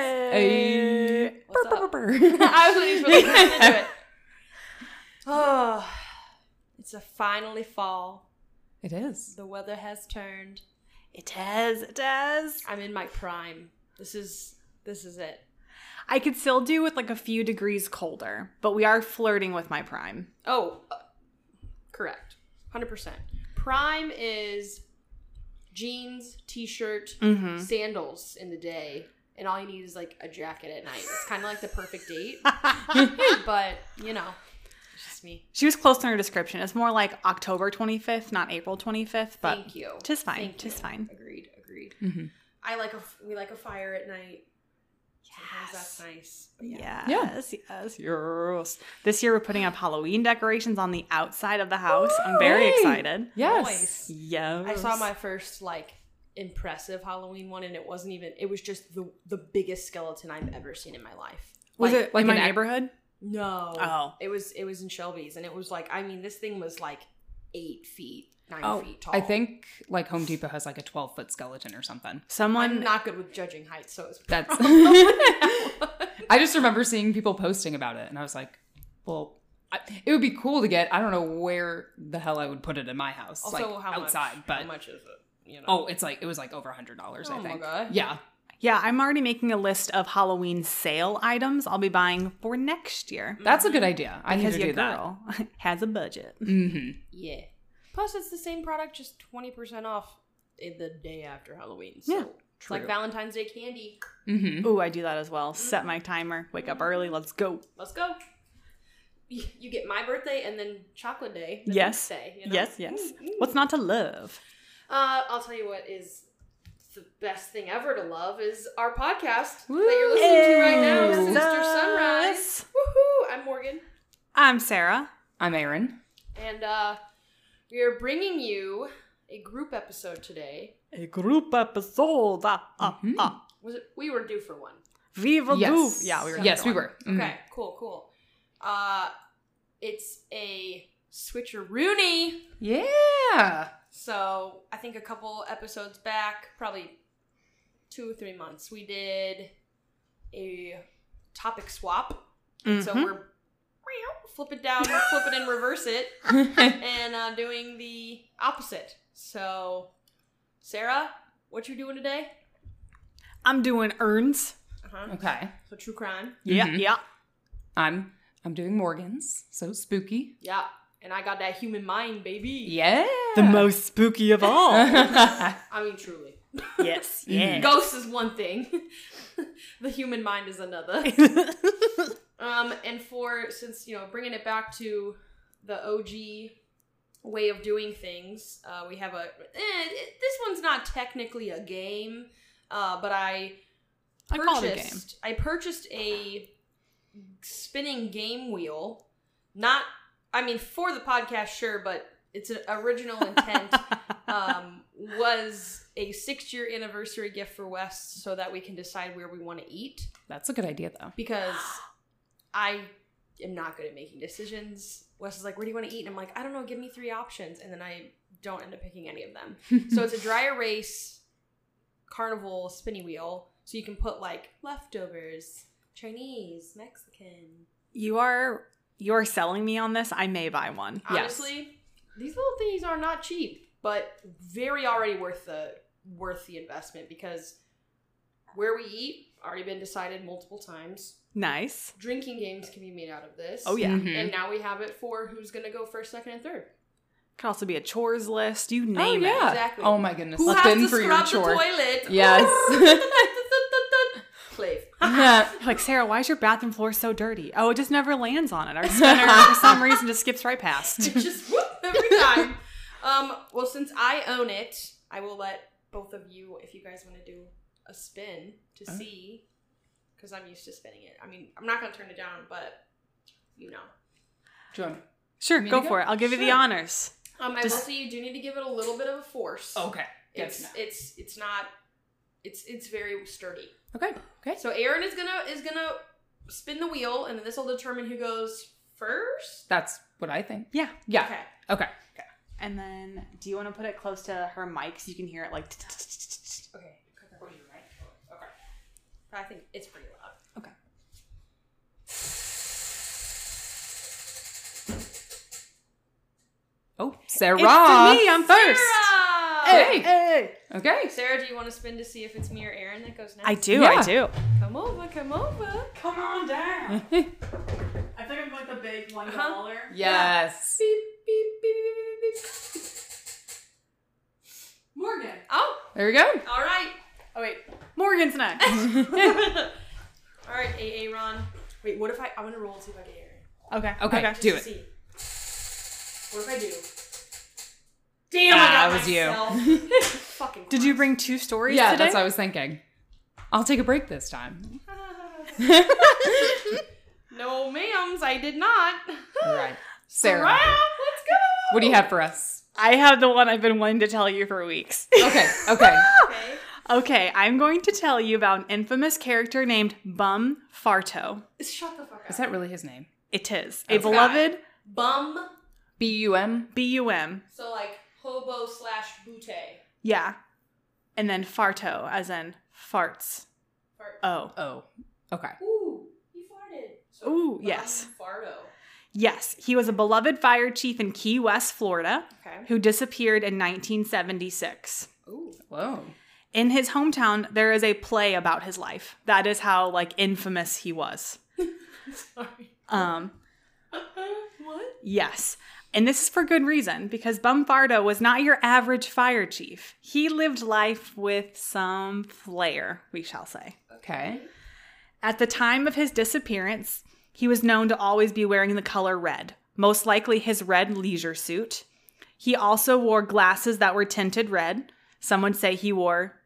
Hey. What's Burr, up? burr, burr, burr. I was waiting for the person to do it. Oh, it's a finally fall. It is. The weather has turned. It has. It has. I'm in my prime. This is this is it. I could still do with like a few degrees colder, but we are flirting with my prime. Oh, uh, correct. 100%. Prime is jeans, t-shirt, Mm-hmm. sandals in the day, and all you need is like a jacket at night. It's kind of like the perfect date, but you know, it's just me. she was close in her description. It's more like October 25th, not April 25th, but Thank you. tis fine, Thank tis you. fine. Agreed. Agreed. Mm-hmm. Mhm. I like a f- we like a fire at night. Sometimes Yes. that's nice. But Yes, yes, yes, This year we're putting up Halloween decorations on the outside of the house. I'm very Yay. excited. Yes. Nice. Yes. I saw my first like impressive Halloween one, and it wasn't even. It was just the the biggest skeleton I've ever seen in my life. Was Like, it like in my an- neighborhood? No. Oh. It was it was in Shelby's, and it was like I mean this thing was like eight feet, nine Oh, feet tall. I think like Home Depot has like a 12 foot skeleton or something. Someone I'm not good with judging heights, so it's That's- probably that one. I just remember seeing people posting about it and I was like, well, I, it would be cool to get. I don't know where the hell I would put it in my house. also like how outside, much, but how much is it? You know. oh, it's like it was like over a hundred dollars. Oh I my think. God. Yeah. Yeah, I'm already making a list of Halloween sale items I'll be buying for next year. That's a good idea. I need Because to your do that. girl has a budget. hmm yeah. Plus, it's the same product, just twenty percent off i- the day after Halloween. So Yeah, it's like true. Valentine's Day candy. hmm Ooh, I do that as well. Set my timer, wake up early, let's go. Let's go. Y- You get my birthday and then chocolate day. the next Yes. day, you know? Yes, yes. Mm, mm. What's not to love? Uh, I'll tell you what is the best thing ever to love is our podcast Woo! that you're listening to right now, Yes. Sister Sunrise. Woohoo! I'm Morgan, I'm Sarah. I'm Aaron. and uh, we are bringing you a group episode today. A group episode. Ah, ah, Mhm. ah. Was it? We were due for one. We will yes. do. Yeah, we were. Yes, we doing. were. Mhm. Okay, cool, cool. Uh, it's a switcheroony. Yeah. So I think a couple episodes back, probably two or three months, we did a topic swap. And So Mm-hmm. Mhm. we're flip it down, flip it and reverse it, and uh, doing the opposite. So, Sarah, what you doing today? I'm doing urns. Uh-huh. okay. So true crime. Yeah, Mhm. yeah. I'm I'm doing Morgan's. So spooky. Yeah. And I got that human mind, baby. Yeah. The most spooky of all. Oh. I mean, truly. yes, yeah. Ghosts is one thing. the human mind is another. Um, and for since you know bringing it back to the OG way of doing things, uh, we have a eh, it- this one's not technically a game, uh, but I I purchased call it a game. I purchased a spinning game wheel. Not, I mean, for the podcast, sure, but its original intent um, was a six-year anniversary gift for West, so that we can decide where we want to eat That's a good idea though. because I am not good at making decisions. Wes is like, "Where do you want to eat?" And I'm like, "I don't know. Give me three options," and then I don't end up picking any of them. so it's a dry erase carnival spinny wheel, so you can put like leftovers, Chinese, Mexican. You are you are selling me on this. I may buy one. Yes. Honestly, these little things are not cheap, but very already worth the worth the investment because where we eat already been decided multiple times. Nice. Drinking games can be made out of this. Oh yeah. Mhm. And now we have it for who's going to go first, second, and third. Could also be a chores list. You name Oh, yeah. it. Exactly. Oh my goodness. Who Look has in to for your scrub the chore. toilet? Yes. Please. You're Uh, like Sarah, why is your bathroom floor so dirty? Oh, it just never lands on it. Our spinner, for some reason, just skips right past. It just whoop every time. Um, well, since I own it, I will let both of you, if you guys want to do a spin to Oh. see, because I'm used to spinning it. I mean, I'm not going to turn it down, but you know. Do you want- Sure, Me go to go? for it. I'll give you the Sure. honors. Um, I will Just- say you do need to give it a little bit of a force. Okay. Good It's, to know. it's, it's not, it's, it's very sturdy. Okay. Okay. So Aaron is gonna is gonna spin the wheel, and this will determine who goes first. That's what I think. Yeah. Yeah. Okay. Okay. And then, do you want to put it close to her mic so you can hear it? Like, Okay. Okay. Okay. I think it's pretty loud. Okay. Oh, Sarah. It's to me. I'm first. Sarah! Hey. Okay. Sarah, do you want to spin to see if it's me or Aaron that goes next? I do, Yeah. I do. Come over, come over. Come on down. I think I'm like the big one Uh-huh. dollar. Yes. Beep, beep, beep, beep, beep, beep. Morgan. Oh, There we go. all right. Oh wait, Morgan's next. all right, AA Ron. Wait, what if I? I'm gonna roll and see if I get Aaron. Okay. Okay, Okay. do Just it. to see. What if I do? Damn, I Ah, got it was you. myself. you. Fucking. Did you bring two stories Yeah, today? that's what I was thinking. I'll take a break this time. no, ma'ams, I did not. All right. Sarah, Rob, let's go. what do you have for us? I have the one I've been wanting to tell you for weeks. Okay. Okay. Okay. okay, I'm going to tell you about an infamous character named Bum Farto. Shut the fuck up. Is that really his name? It is a Okay. beloved bum? B U M. BUM. So like hobo slash butte. Yeah. And then Farto, as in farts. Fart. Oh. Oh. Okay. Ooh, he farted. So Ooh, bum yes. Farto. Yes, he was a beloved fire chief in Key West, Florida, Okay. who disappeared in 1976. Ooh. Whoa. In his hometown, there is a play about his life. That is how like infamous he was. Sorry. Um, what? Yes. And this is for good reason because Bumfardo was not your average fire chief. He lived life with some flair, we shall say. Okay. At the time of his disappearance, he was known to always be wearing the color red, most likely his red leisure suit. He also wore glasses that were tinted red. Some would say he wore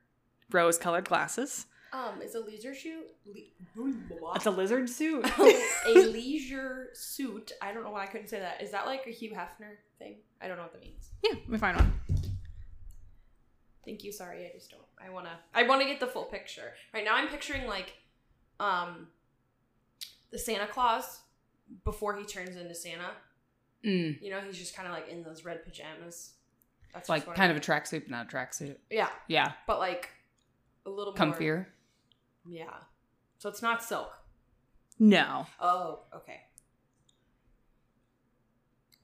rose colored glasses. Um, is a leisure suit? Le- oh, That's a lizard suit. a leisure suit. I don't know why I couldn't say that. Is that like a Hugh Hefner thing? I don't know what that means. yeah, we find one. Thank you. Sorry, I just don't. I wanna. I wanna get the full picture. Right now, I'm picturing like, um, the Santa Claus before he turns into Santa. Mm. You know, he's just kind of like in those red pajamas. That's It's like kind of a tracksuit, but not a tracksuit. yeah, Yeah. but like a little More, Comfier. yeah. So it's not silk. No. Oh, okay.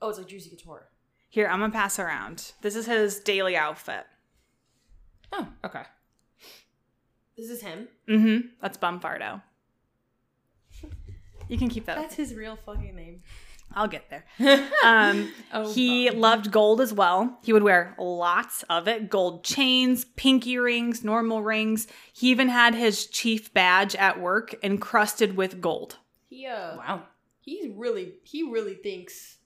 Oh, it's like Juicy Couture. Here, I'm going to pass around. This is his daily outfit. Oh. Okay. This is him. Mm-hmm. That's Bumfardo. You can keep that. That's his real fucking name. I'll get there. Um, Oh, he bum. loved gold as well. He would wear lots of it gold chains, pinky rings, normal rings. He even had his chief badge at work encrusted with gold. He uh, Wow. he's really he really thinks.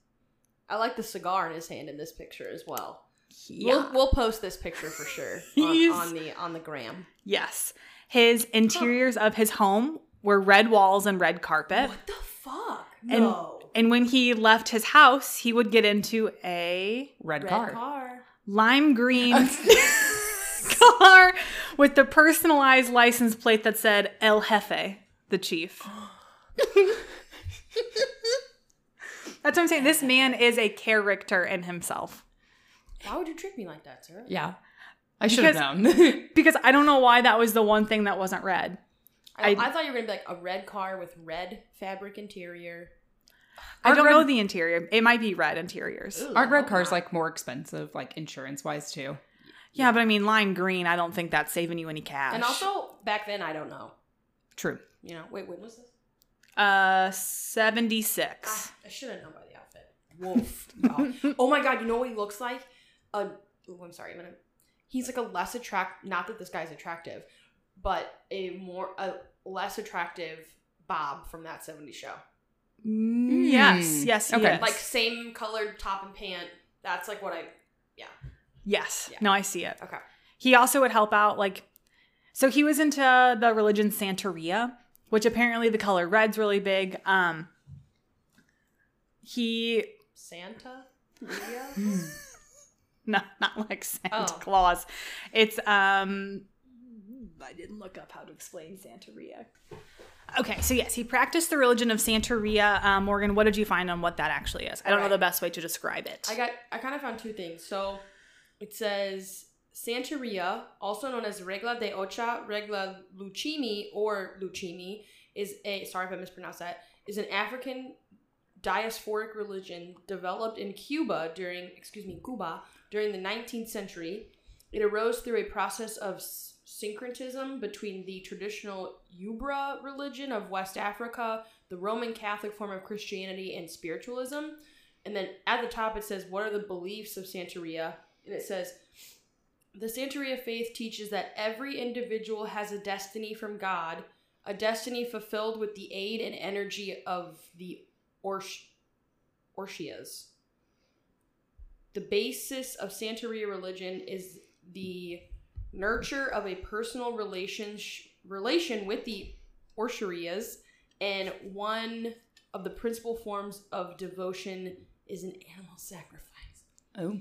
I like the cigar in his hand in this picture as well. We'll, we'll post this picture for sure on, He's- on the on the gram. Yes. His interiors of his home were red walls and red carpet. What the fuck? And- And when he left his house, he would get into a Red, red car. car. lime green car with the personalized license plate that said El Jefe, the chief. That's what I'm saying. This man is a character in himself. Why would you trick me like that, sir? Yeah. I should have known. Because I don't know why that was the one thing that wasn't red. I, I- I thought you were gonna be like a red car with red fabric interior. I Aren't don't red- know the interior. It might be red interiors. Ooh, Aren't I red hope cars not. like more expensive, like insurance wise too? Yeah, but I mean, lime green, I don't think that's saving you any cash. And also back then, I don't know. True. You know, wait, when was this? Ah, uh, 76. I should have known by the outfit. Wolf. y'all. oh my god, you know what he looks like? A, ooh, I'm sorry, I'm gonna. He's like a less attract. Not that this guy's attractive, but a more a less attractive Bob from that '70s show. Mm, Yes, Mm. yes, Okay. yes. Like same colored top and pant. That's like what I. Yes. Yeah. No, I see it. Okay. He also would help out, like, so he was into the religion Santeria, which apparently the color red's really big. Um, he Santa. Maria? no, not like Santa Oh. Claus. It's um, I didn't look up how to explain Santeria. Okay, so yes, he practiced the religion of Santeria. Uh, Morgan, what did you find on what that actually is? I don't know Alright. the best way to describe it. I got. I kind of found two things. So it says Santeria, also known as Regla de Ocha, Regla Lucchini, or Lucchini, is a sorry if I mispronounced that, is an African diasporic religion developed in Cuba during excuse me, Cuba during the 19th century. It arose through a process of s- syncretism between the traditional Ubra religion of West Africa, the Roman Catholic form of Christianity, and spiritualism. And then at the top it says, What are the beliefs of Santeria? And it says, The Santeria faith teaches that every individual has a destiny from God, a destiny fulfilled with the aid and energy of the Orsh- Orshias. The basis of Santeria religion is the nurture of a personal relation relation with the Orsherias, and one of the principal forms of devotion is an animal sacrifice. Oh.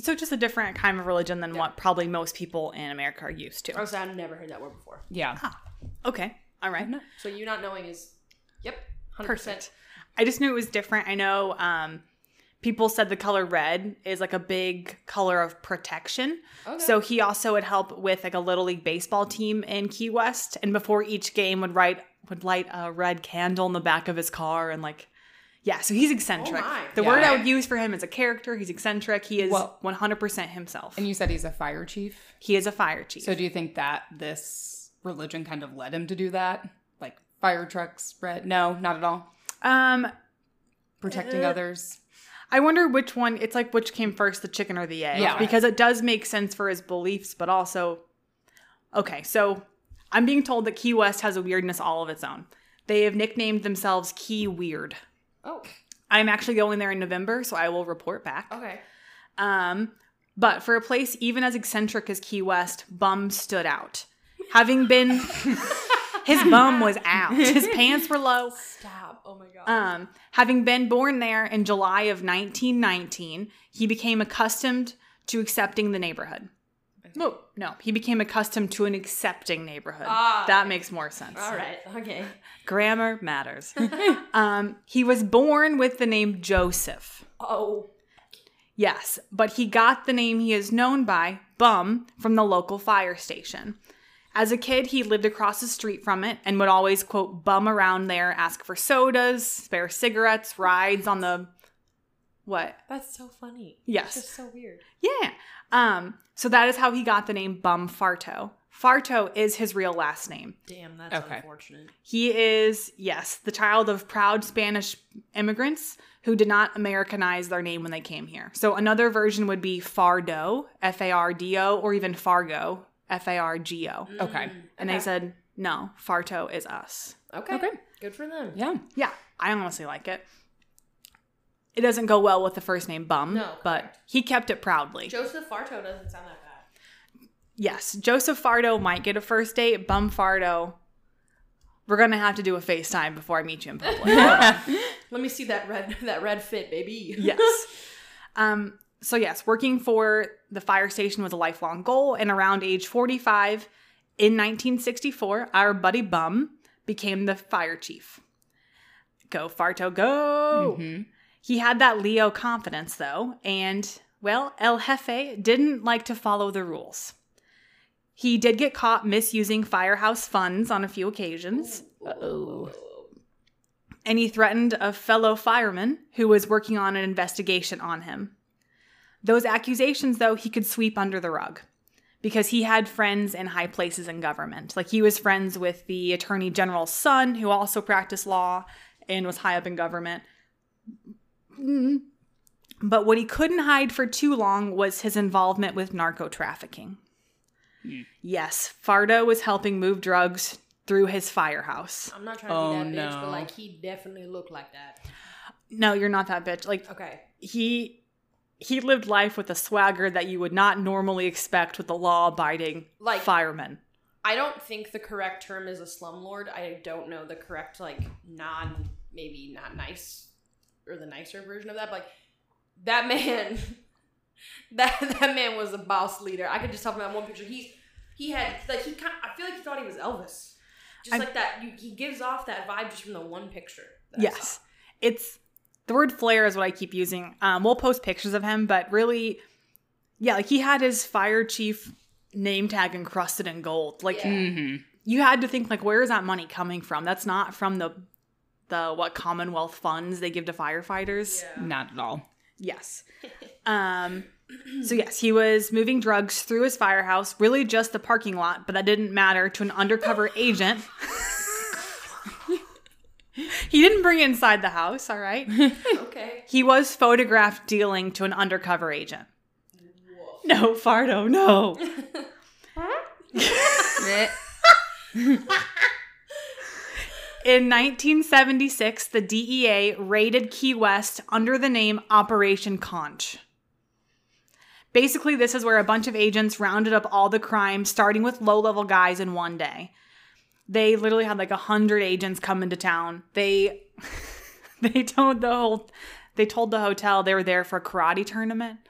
So just a different kind of religion than what probably most people in America are used to. Also, I've never heard that word before. Yeah. Okay. All right. So you not knowing is, yep, hundred Perfect. percent. I just knew it was different. I know um, people said the color red is like a big color of protection. Okay. So he also would help with like a little league baseball team in Key West, and before each game would write would light a red candle in the back of his car and like. Yeah, so he's eccentric. Oh my. the word Yeah. I would use for him is a character. He's eccentric. He is Well- 100% himself. And you said he's a fire chief. he is a fire chief. So do you think that this religion kind of led him to do that? Like fire trucks, red? No, not at all. um, Protecting Uh, others. I wonder which one. It's like which came first, the chicken or the egg? Yeah. Because it does make sense for his beliefs, but also, okay. So I'm being told that Key West has a weirdness all of its own. They have nicknamed themselves Key Weird. Oh, I'm actually going there in November, so I will report back. okay. Um, but for a place even as eccentric as Key West, bum stood out. Having been, his bum was out. His pants were low. Stop. Oh my god. Um, having been born there in July of 1919, he became accustomed to accepting the neighborhood. No, no, he became accustomed to an accepting neighborhood. Ah. that makes more sense. All right. Okay. Grammar matters. um, he was born with the name Joseph. Oh. Yes, but he got the name he is known by, Bum, from the local fire station. As a kid, he lived across the street from it and would always, quote, bum around there, ask for sodas, spare cigarettes, rides on the. What? That's so funny. Yes. It's just so weird. Yeah. Um, so that is how he got the name Bum Farto. Farto is his real last name. Damn, that's Okay. unfortunate. He is, yes, the child of proud Spanish immigrants who did not Americanize their name when they came here. So another version would be Fardo, F A R D O, or even Fargo, F A R G O. Okay. And they said, no, Farto is us. Mm, Okay. Okay. Good for them. Yeah. Yeah, I honestly like it. It doesn't go well with the first name Bum, No, but he kept it proudly. Joseph Farto doesn't sound that bad. yes, Joseph Fardo might get a first date. Bum Fardo, we're going to have to do a FaceTime before I meet you in public. Let me see that red that red fit, baby. yes. Um, so yes, working for the fire station was a lifelong goal, and around age 45, in 1964, our buddy Bum became the fire chief. Go Farto, go! Mhm. He had that Leo confidence though, and well, El Jefe didn't like to follow the rules. He did get caught misusing firehouse funds on a few occasions Uh-oh. and he threatened a fellow fireman who was working on an investigation on him. Those accusations, though, he could sweep under the rug because he had friends in high places in government. Like he was friends with the attorney general's son, who also practiced law and was high up in government. Mm. But what he couldn't hide for too long was his involvement with narco trafficking. Yes, Fardo was helping move drugs through his firehouse. I'm not trying to Oh, be that bitch, no. but like he definitely looked like that. No, you're not that bitch. Like Okay. he he lived life with a swagger that you would not normally expect with a law-abiding Like- fireman. I don't think the correct term is a slumlord. I don't know the correct like non maybe not nice or the nicer version of that. But like that man, that that man was a boss leader. I could just tell from that one picture. He's he had like he kind. I feel like he thought he was Elvis. Just I'm- like that, you, he gives off that vibe just from the one picture. that I Yes. It's the word flair is what I keep using. Um, we'll post pictures of him, but really Yeah, like he had his fire chief name tag encrusted in gold. Like Yeah. Mm-hmm. you had to think like where is that money coming from? That's not from the the what Commonwealth funds they give to firefighters. Not at all. Yes. Um so yes, he was moving drugs through his firehouse, really just the parking lot, but that didn't matter to an undercover agent. he didn't bring it inside the house, all right? okay. He was photographed dealing to an undercover agent. No, Fardo, no. In 1976, the DEA raided Key West under the name Operation Conch. Basically, this is where a bunch of agents rounded up all the crime, starting with low level guys in one day. They literally had like a hundred agents come into town. They they told the whole they told the hotel they were there for a karate tournament.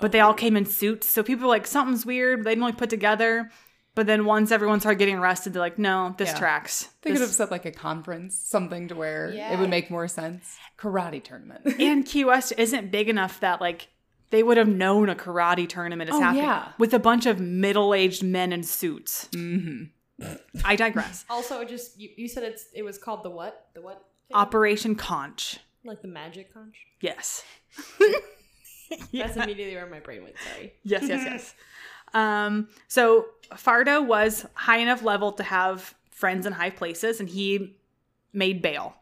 But they all came in suits, so people were like, something's weird, they didn't really put together. But then once everyone started getting arrested, they're like, no, this Yeah. tracks. They This- could have said like a conference, something to where it Yeah. would make more sense. Karate tournament. and Key West isn't big enough that like they would have known a karate tournament is Oh, happening yeah. with a bunch of middle-aged men in suits. mm-hmm. I digress. Also, it just you, you said it's it was called the what? The what? thing? Operation Conch. like the magic conch. Yes. That's immediately where my brain went. Sorry. Yes, yes, yes. Um, so Fardo was high enough level to have friends in high places, and he made bail.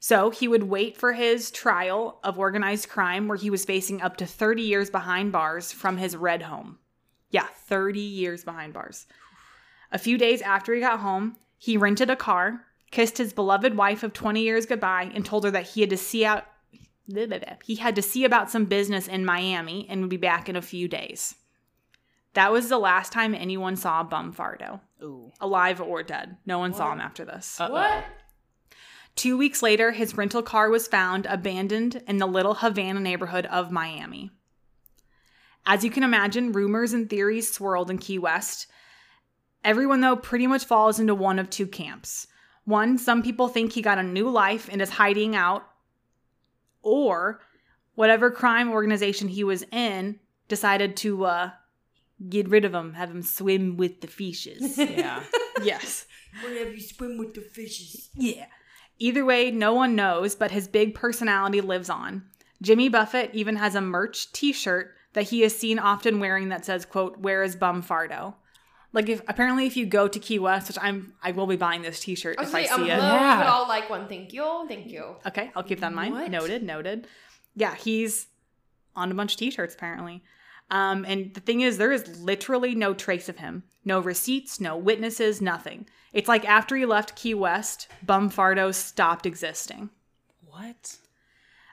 So he would wait for his trial of organized crime, where he was facing up to 30 years behind bars from his red home. Yeah, 30 years behind bars. A few days after he got home, he rented a car, kissed his beloved wife of 20 years goodbye, and told her that he had to see out blah, blah, blah. he had to see about some business in Miami and would be back in a few days. That was the last time anyone saw Bumfardo, Ooh. alive or dead. No one saw What? him after this. Uh-oh. What? Two weeks later, his rental car was found abandoned in the Little Havana neighborhood of Miami. As you can imagine, rumors and theories swirled in Key West. Everyone, though, pretty much falls into one of two camps. One, some people think he got a new life and is hiding out, or whatever crime organization he was in decided to uh, get rid of him, have him swim with the fishes. Yeah. yes. Whenever you swim with the fishes. Yeah. Either way, no one knows, but his big personality lives on. Jimmy Buffett even has a merch t-shirt that he is seen often wearing that says, quote, Where is Bum Fardo? Like if apparently if you go to Key West, which I'm I will be buying this t-shirt I if was like, I I'm see low. it. Yeah. We all like one. Thank you. Thank you. Okay, I'll keep that in mind. What? Noted, noted. Yeah, he's on a bunch of t-shirts apparently. Um, and the thing is, there is literally no trace of him. No receipts, no witnesses, nothing. It's like after he left Key West, Bumfardo stopped existing. What?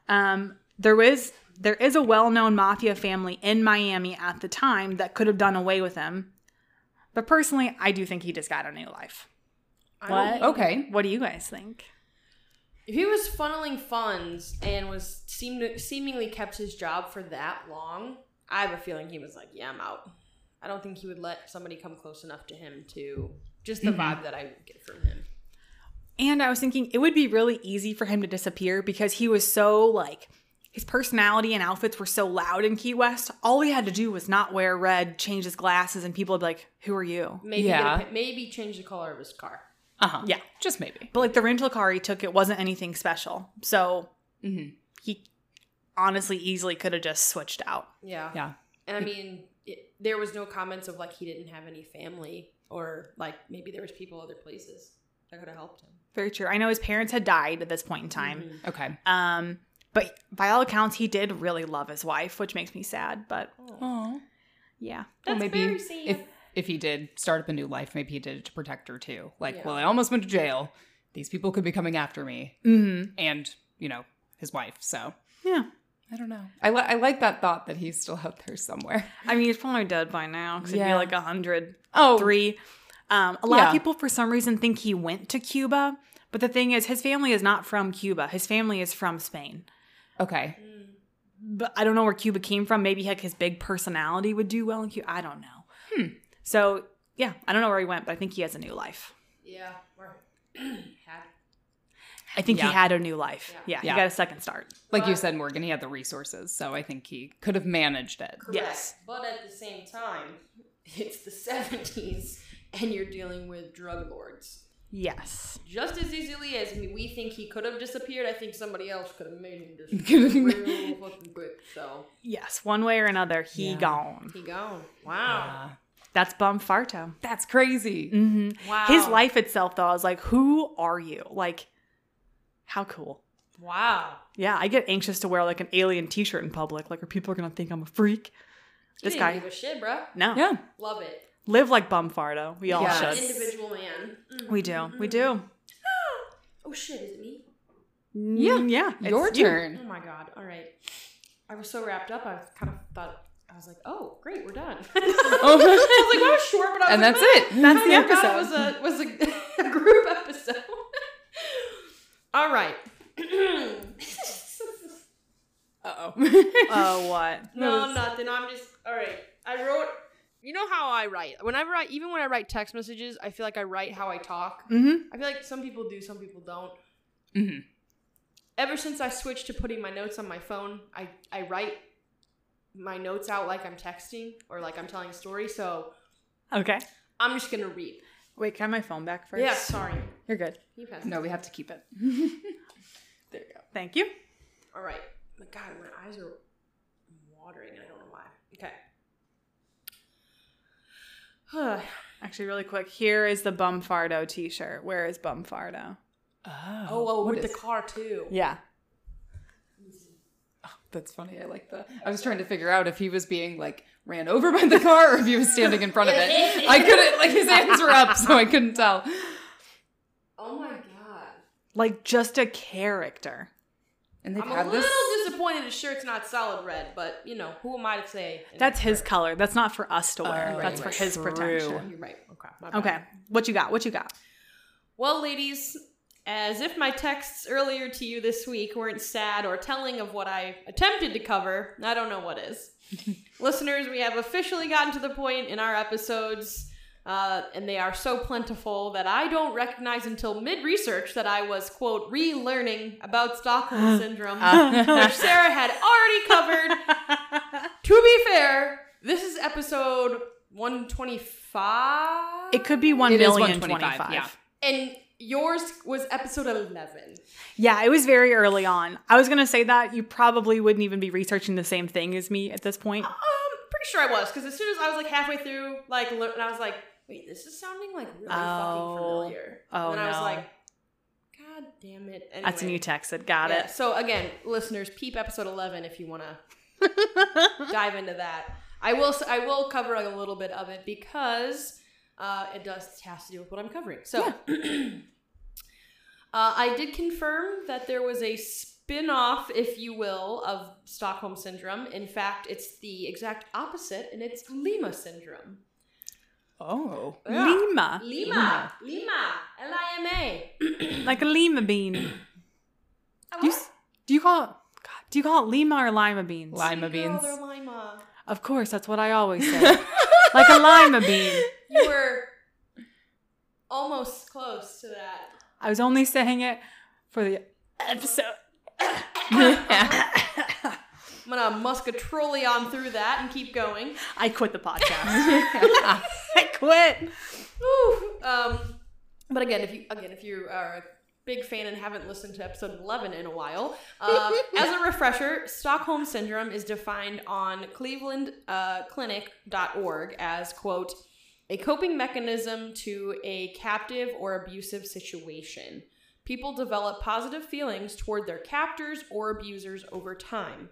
Um, there was there is a well-known mafia family in Miami at the time that could have done away with him, but personally, I do think he just got a new life. I don't What? know. Okay. What do you guys think? If he was funneling funds and was seemed seemingly kept his job for that long, I have a feeling he was like, "Yeah, I'm out." I don't think he would let somebody come close enough to him to just Mm-hmm. the vibe that I get from him. And I was thinking it would be really easy for him to disappear because he was so like his personality and outfits were so loud in Key West. All he had to do was not wear red, change his glasses, and people would be like, "Who are you?" Maybe Yeah. get a- maybe change the color of his car. Uh Uh-huh. huh. Yeah. Just maybe. But like the rental car he took, it wasn't anything special, so Mm-hmm. Mhm. he honestly easily could have just switched out. Yeah. Yeah. And I mean, it, there was no comments of like he didn't have any family or like maybe there was people other places that could have helped him. Very true. I know his parents had died at this point in time. Mhm. Okay. Um, but by all accounts, he did really love his wife, which makes me sad. But Oh. yeah, Well, That's maybe very sad. if if he did start up a new life, maybe he did it to protect her too. Like, Yeah. well, I almost went to jail. These people could be coming after me, mm-hmm. and you know his wife. So yeah. I don't know. I li- I like that thought that he's still out there somewhere. I mean, he's probably dead by now because he'd be Yeah. like a hundred Oh, three. Um, a lot Yeah. of people, for some reason, think he went to Cuba. But the thing is, his family is not from Cuba. His family is from Spain. okay. Mm. but I don't know where Cuba came from. Maybe like his big personality would do well in Cuba. I don't know. Hmm. So yeah, I don't know where he went, but I think he has a new life. Yeah. Or had. I think Yeah. he had a new life. Yeah, Yeah. he Yeah. got a second start. Like you said, Morgan, he had the resources, so I think he could have managed it. Correct. Yes. But at the same time, it's the 70s and you're dealing with drug lords. Yes. Just as easily as we think he could have disappeared, I think somebody else could have made him disappear Could've- real fucking quick. So Yes. One way or another, he Yeah. gone. he gone. Wow. Uh, That's Bumfarto. that's crazy. hmm Wow. His life itself, though, I was like, who are you? Like, how cool. Wow. Yeah, I get anxious to wear like an alien t shirt in public. Like, are people going to think I'm a freak? He This didn't guy. give a shit, bro. No. Yeah. Love it. Live like Bumfardo. We all Yes. An should. individual man. Mm. We do. We do. Oh shit, is it me? Yeah. yeah. it's Mm-hmm. Your you. Oh turn. my god. All right. I was so wrapped up. I kind of thought I was like, "Oh, great, we're done." I was like, "That was short," but I was and like, that's "Man, it. That's the kinda forgot episode. It was a was a, a group episode. All right. Uh oh. Oh, what? no, nothing. I'm just all right. I wrote. You know how I write. Whenever I, even when I write text messages, I feel like I write how I talk. Mm-hmm. I feel like some people do, some people don't. Mhm. Ever since I switched to putting my notes on my phone, I, I write my notes out like I'm texting or like I'm telling a story. So Okay. I'm just gonna read. Wait, can I have my phone back first? Yeah, sorry. You're good. You pass. no, we have to keep it. there you go. Thank you. All right. My God, my eyes are watering. and I don't know why. Okay. Huh. Actually, really quick, here is the Bumfardo t shirt. Where is Bumfardo? Oh, Oh, oh, what with is- the car too. Yeah. That's funny. I like that. I was trying to figure out if he was being like ran over by the car or if he was standing in front of it. I couldn't like his hands were up, so I couldn't tell. Oh my God. Like just a character. And they've I'm had a little this. disappointed the shirt's not solid red, but you know, who am I to say? That's his color. That's not for us to wear. Oh, That's right, for his true. protection. You're right. Okay. my bad. Okay. What you got? What you got? Well, ladies, as if my texts earlier to you this week weren't sad or telling of what I attempted to cover, I don't know what is. Listeners, we have officially gotten to the point in our episodes, uh, and they are so plentiful that I don't recognize until mid research that I was, quote, relearning about Stockholm Syndrome, which Sarah had already covered to be fair, this is episode 125. It could be one It is million 125, twenty-five. yeah. And yours was episode 11. Yeah, it was very early on. I was gonna say that you probably wouldn't even be researching the same thing as me at this point. Um, pretty sure I was because as soon as I was like halfway through, like, lo- and I was like, wait, this is sounding like really Oh. fucking familiar. Oh, and then I was no. like, God damn it. Anyway, That's when you texted. Got yeah, it. So again, listeners, peep episode 11 if you want to dive into that. I will. s- I will cover a little bit of it because uh, it does has to do with what I'm covering. So. Uh, I did confirm that there was a spin off, if you will, of Stockholm Syndrome. In fact, it's the exact opposite, and it's Lima Syndrome. Oh. Yeah. Uh, Lima. Lima. Lima. L I M A. Like a lima bean. Do you, s- do you call it God, do you call it lima or lima beans? Lima beans. Girl, they're Lima. Of course, that's what I always say. like a lima bean. You were almost close to that. I was only saying it for the episode. I'm gonna muscatrolly on through that and keep going. I quit the podcast. I quit. Woo. Um, but again, if you again if you are a big fan and haven't listened to episode 11 in a while, uh, as a refresher, Stockholm syndrome is defined on uh, clevelandclinic.org as quote a coping mechanism to a captive or abusive situation. People develop positive feelings toward their captors or abusers over time.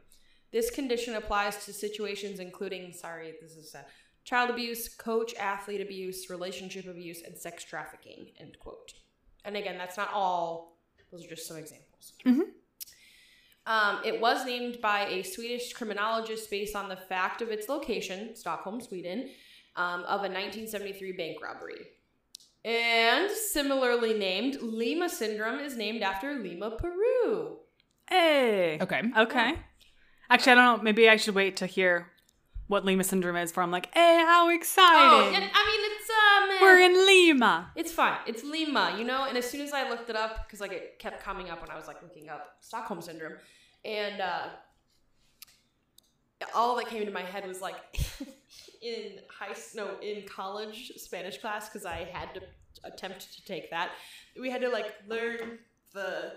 This condition applies to situations including, sorry, this is sad, child abuse, coach athlete abuse, relationship abuse, and sex trafficking, end quote. And again, that's not all, those are just some examples. Mhm. Um, it was named by a Swedish criminologist based on the fact of its location, Stockholm, Sweden, um, of a 1973 bank robbery. And similarly named, Lima syndrome is named after Lima, Peru. Hey. Okay. Okay. Actually, I don't know. Maybe I should wait to hear what Lima syndrome is for. I'm like, hey, how exciting. Oh, and, Oh, I mean, it's um, gonna. We're in Lima. It's fine. It's Lima, you know. And as soon as I looked it up, because like it kept coming up when I was like looking up Stockholm syndrome, and uh, all that came to my head was like in high no in college Spanish class because I had to attempt to take that. We had to like learn the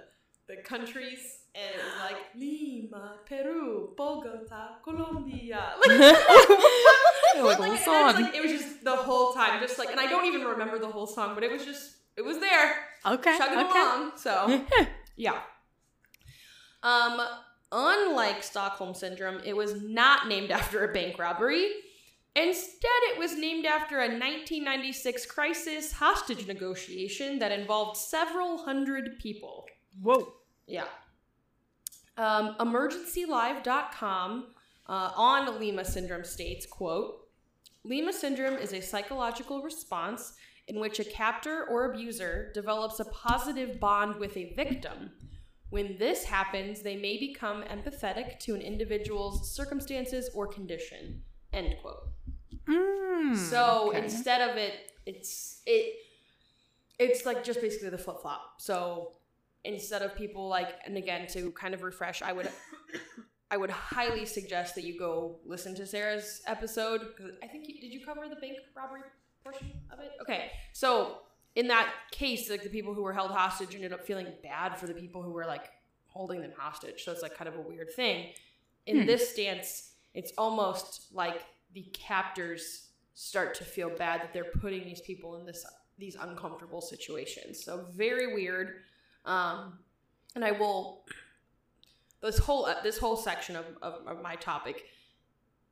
the countries and it was like Lima, Peru, Bogota, Colombia. Like, like, like, what's and I just, on? like, it was just the whole time, just like, and I don't even remember the whole song, but it was just, it was there, Okay. chugging okay. along. So, yeah. Um, unlike Stockholm syndrome, it was not named after a bank robbery. Instead, it was named after a 1996 crisis hostage negotiation that involved several hundred people. Whoa. Yeah. Um, emergencylive.com uh, on Lima syndrome states, quote, Lima syndrome is a psychological response in which a captor or abuser develops a positive bond with a victim. When this happens, they may become empathetic to an individual's circumstances or condition. End quote. Mm. So okay. instead of it, it's it, it's like just basically the flip flop. So instead of people like, and again to kind of refresh, I would, I would highly suggest that you go listen to Sarah's episode 'cause I think you, did you cover the bank robbery portion of it? Okay, so in that case, like the people who were held hostage ended up feeling bad for the people who were like holding them hostage. So it's like kind of a weird thing. In this stance, it's almost like the captors start to feel bad that they're putting these people in this these uncomfortable situations. So very weird. Um, and I will this whole uh, this whole section of, of, of my topic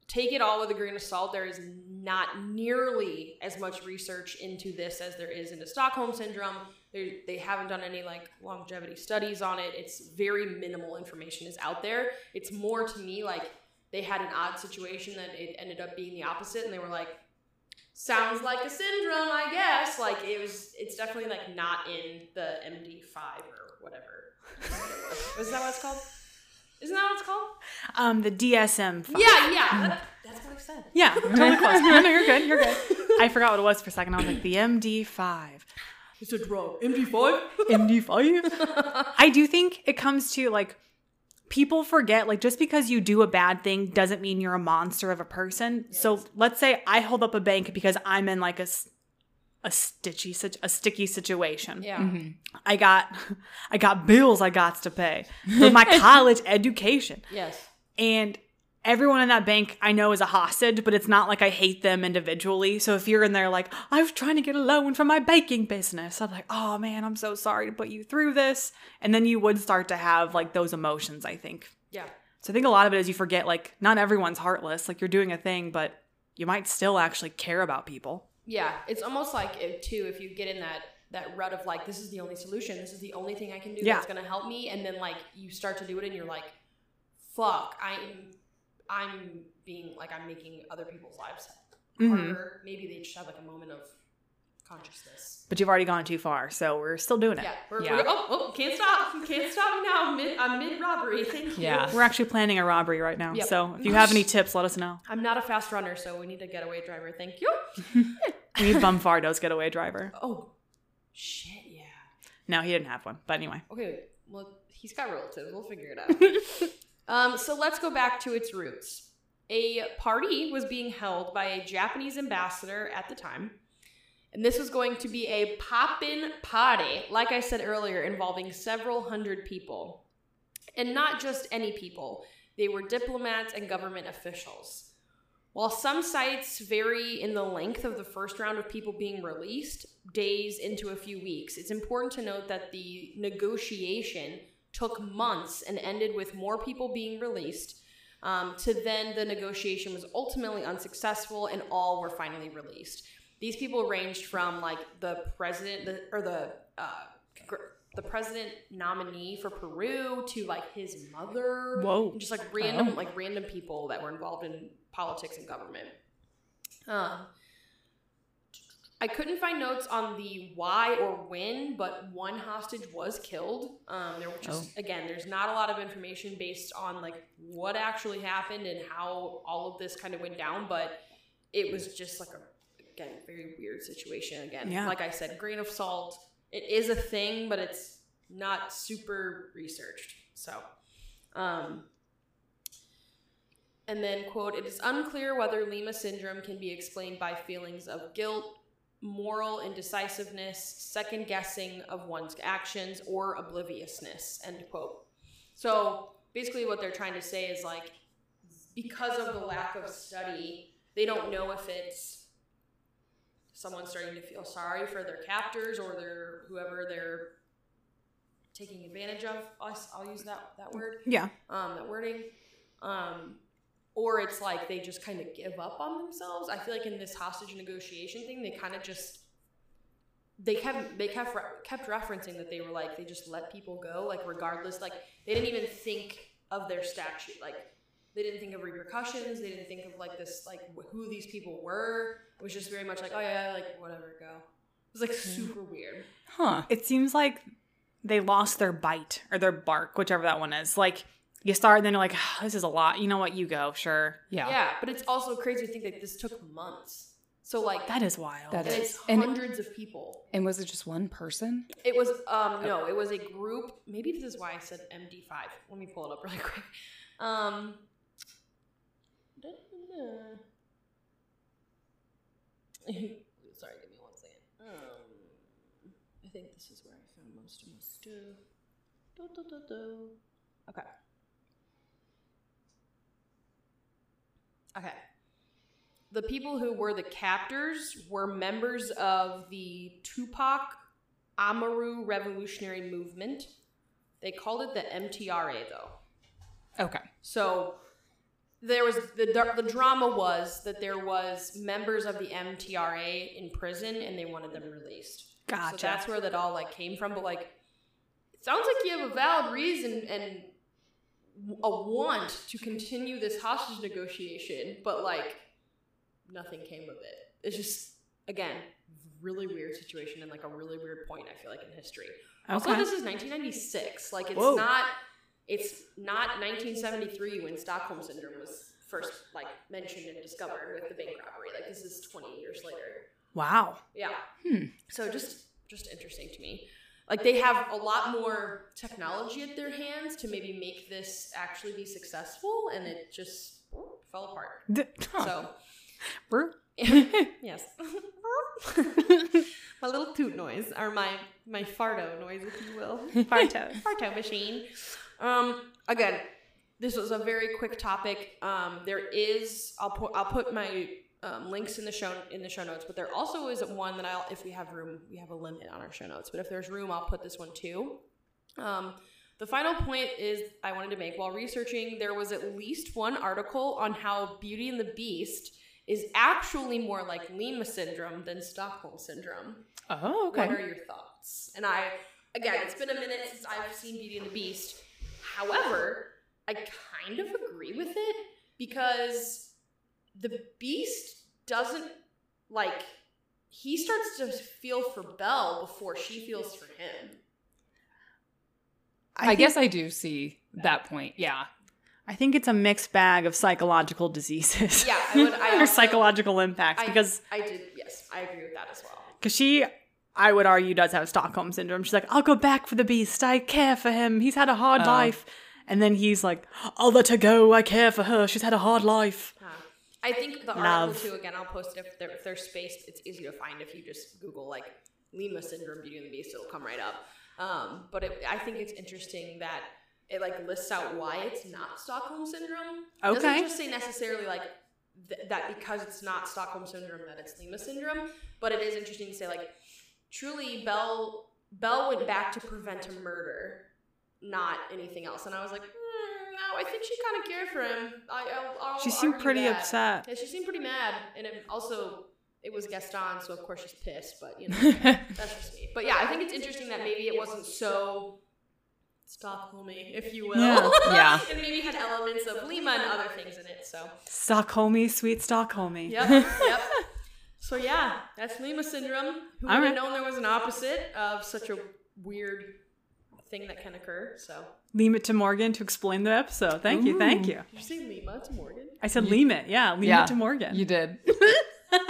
take it all with a grain of salt. There is not nearly as much research into this as there is into Stockholm syndrome. There, they haven't done any like longevity studies on it. It's very minimal information is out there. It's more to me like they had an odd situation that it ended up being the opposite, and they were like, "Sounds like a syndrome, I guess." Like it was. It's definitely like not in the MD five or whatever. Is that what it's called? Isn't that what it's called? Um, the DSM. Five. Yeah, yeah. that- that's what I said. Yeah, totally close. No, no, you're good. You're good. I forgot what it was for a second. I was like, the MD5. It's a drug. MD5? MD5? I do think it comes to like people forget, like, just because you do a bad thing doesn't mean you're a monster of a person. So let's say I hold up a bank because I'm in like a, s- a stitchy, sit- a sticky situation. Yeah. I got, I got bills I got to pay for my college education. Yes. and everyone in that bank I know is a hostage, but it's not like I hate them individually. So if you're in there like, I was trying to get a loan for my baking business, I'm like, oh man, I'm so sorry to put you through this. And then you would start to have like those emotions, I think. Yeah. So I think a lot of it is you forget like not everyone's heartless, like you're doing a thing, but you might still actually care about people. Yeah. It's almost like if too, if you get in that that rut of like, this is the only solution, this is the only thing I can do Yeah. that's gonna help me, and then like you start to do it and you're like, fuck, I'm I'm being like I'm making other people's lives Mm-hmm. Mhm. harder. Maybe they just have like a moment of consciousness. But you've already gone too far, so we're still doing it. Yeah. We're, Yeah. we're- oh, oh, can't stop. Can't stop me now. I'm mid, I'm mid robbery. Thank you. Yeah. We're actually planning a robbery right now. Yep. So if you have any tips, let us know. I'm not a fast runner, so we need a getaway driver. Thank you. We need Bumfardo's getaway driver. Oh, shit, yeah. No, he didn't have one. But anyway. Okay, well, he's got relatives. We'll figure it out. um, so let's go back to its roots. A party was being held by a Japanese ambassador at the time. And this was going to be a poppin' party, like I said earlier, involving several hundred people. And not just any people, they were diplomats and government officials. While some sites vary in the length of the first round of people being released, days into a few weeks, it's important to note that the negotiation took months and ended with more people being released. Um, to then, the negotiation was ultimately unsuccessful, and all were finally released. These people ranged from like the president the, or the uh, congr- the president nominee for Peru to like his mother Whoa. just like random like random people that were involved in politics and government um i couldn't find notes on the why or when but one hostage was killed um there were just again there's not a lot of information based on like what actually happened and how all of this kind of went down but it was just like a again, very weird situation again. Yeah. Like I said, grain of salt. It is a thing, but it's not super researched. So, um, and then, quote, it is unclear whether Lima syndrome can be explained by feelings of guilt, moral indecisiveness, second guessing of one's actions, or obliviousness, end quote. So basically, what they're trying to say is like, because of the lack of study, they don't know if it's someone starting to feel sorry for their captors or their whoever they're taking advantage of. Us, I'll use that that word Yeah. um, that wording. Um, or it's like they just kind of give up on themselves. I feel like in this hostage negotiation thing, they kind of just they kept they kept re- kept referencing that they were like they just let people go like regardless like they didn't even think of their statute like they didn't think of repercussions they didn't think of like this like wh- who these people were it was just very much like oh yeah like whatever go it was like super weird Huh. It seems like they lost their bite or their bark, whichever that one is. Like you start and then you're like, "Ah, this is a lot. You know what? You go, sure. Yeah. yeah but it's also crazy to think that this took months so like That is wild. That and is- it's and- hundreds of people And was it just one person? It was um no, it was a group. Maybe this is why I said MD five. Let me pull it up really quick. Um, sorry, give me one second. Um, I think this is where I found most of my stuff. Do, do, do, do. Okay. Okay. The people who were the captors were members of the Tupac Amaru Revolutionary Movement. They called it the MTRA though. Okay. So there was the the drama was that there was members of the MTRA in prison and they wanted them released. gotcha. So that's where that all like came from. But like, it sounds like you have a valid reason and a want to continue this hostage negotiation, but like, nothing came of it. It's just again really weird situation and like a really weird point. I feel like in history. Also, Okay. this is 1996. Like, it's Whoa. not. It's not 1973 when Stockholm syndrome was first like mentioned and discovered with the bank robbery. Like, this is 20 years later. wow. Yeah. Hmm. So just just interesting to me. Like they have a lot more technology at their hands to maybe make this actually be successful, and it just fell apart. D- So Brr. yes, my little toot noise or my my farto noise, if you will, Farto. farto machine. Um, again, this was a very quick topic. Um, there is I'll put I'll put my um, links in the show in the show notes, but there also is one that I'll if we have room we have a limit on our show notes, but if there's room I'll put this one too. Um, the final point is I wanted to make while researching there was at least one article on how Beauty and the Beast is actually more like Lima syndrome than Stockholm syndrome. Oh, okay. What are your thoughts? And I, again, it's been a minute since I've seen Beauty and the Beast. However, I kind of agree with it because the Beast doesn't like. He starts to feel for Belle before she feels for him. I, think- guess I do see that point. Yeah. I think it's a mixed bag of psychological diseases. Yeah, I would- I or also- psychological impacts I- because I did, yes, I agree with that as well. because she, I would argue, does have Stockholm syndrome. She's like, I'll go back for the beast. I care for him. He's had a hard Oh. life. And then he's like, I'll let her go. I care for her. She's had a hard life. Huh. I think the Love. article too. Again, I'll post it if, there, if there's space. It's easy to find if you just Google like Lima syndrome, Beauty and the Beast. It'll come right up. Um, but it, I think it's interesting that it like lists out why it's not Stockholm syndrome. It Okay. doesn't just say necessarily like th- that because it's not Stockholm syndrome that it's Lima syndrome. But it is interesting to say like truly Bell Bell went back to prevent a murder, not anything else. And I was like. "Hmm, No, I think she kind of cared for him. I, I'll, I'll She seemed argue pretty that." upset. Yeah, she seemed pretty mad, and it also it was Gaston, so of course she's pissed. But you know, that's just me. But yeah, I think it's interesting that maybe it wasn't so Stockholmy, if you will. Yeah. Yeah. and maybe had elements of Lima and other things in it. So Stockholmy, sweet Stockholmy. yep, yep. So yeah, that's Lima syndrome. Who would All have right. known there was an opposite of such a weird thing that can occur? So Leave it to Morgan to explain the episode. Thank you. Thank you. did you say Lima? It's Morgan. I said, leave it. Yeah. Leave Yeah. it to Morgan. You did. um,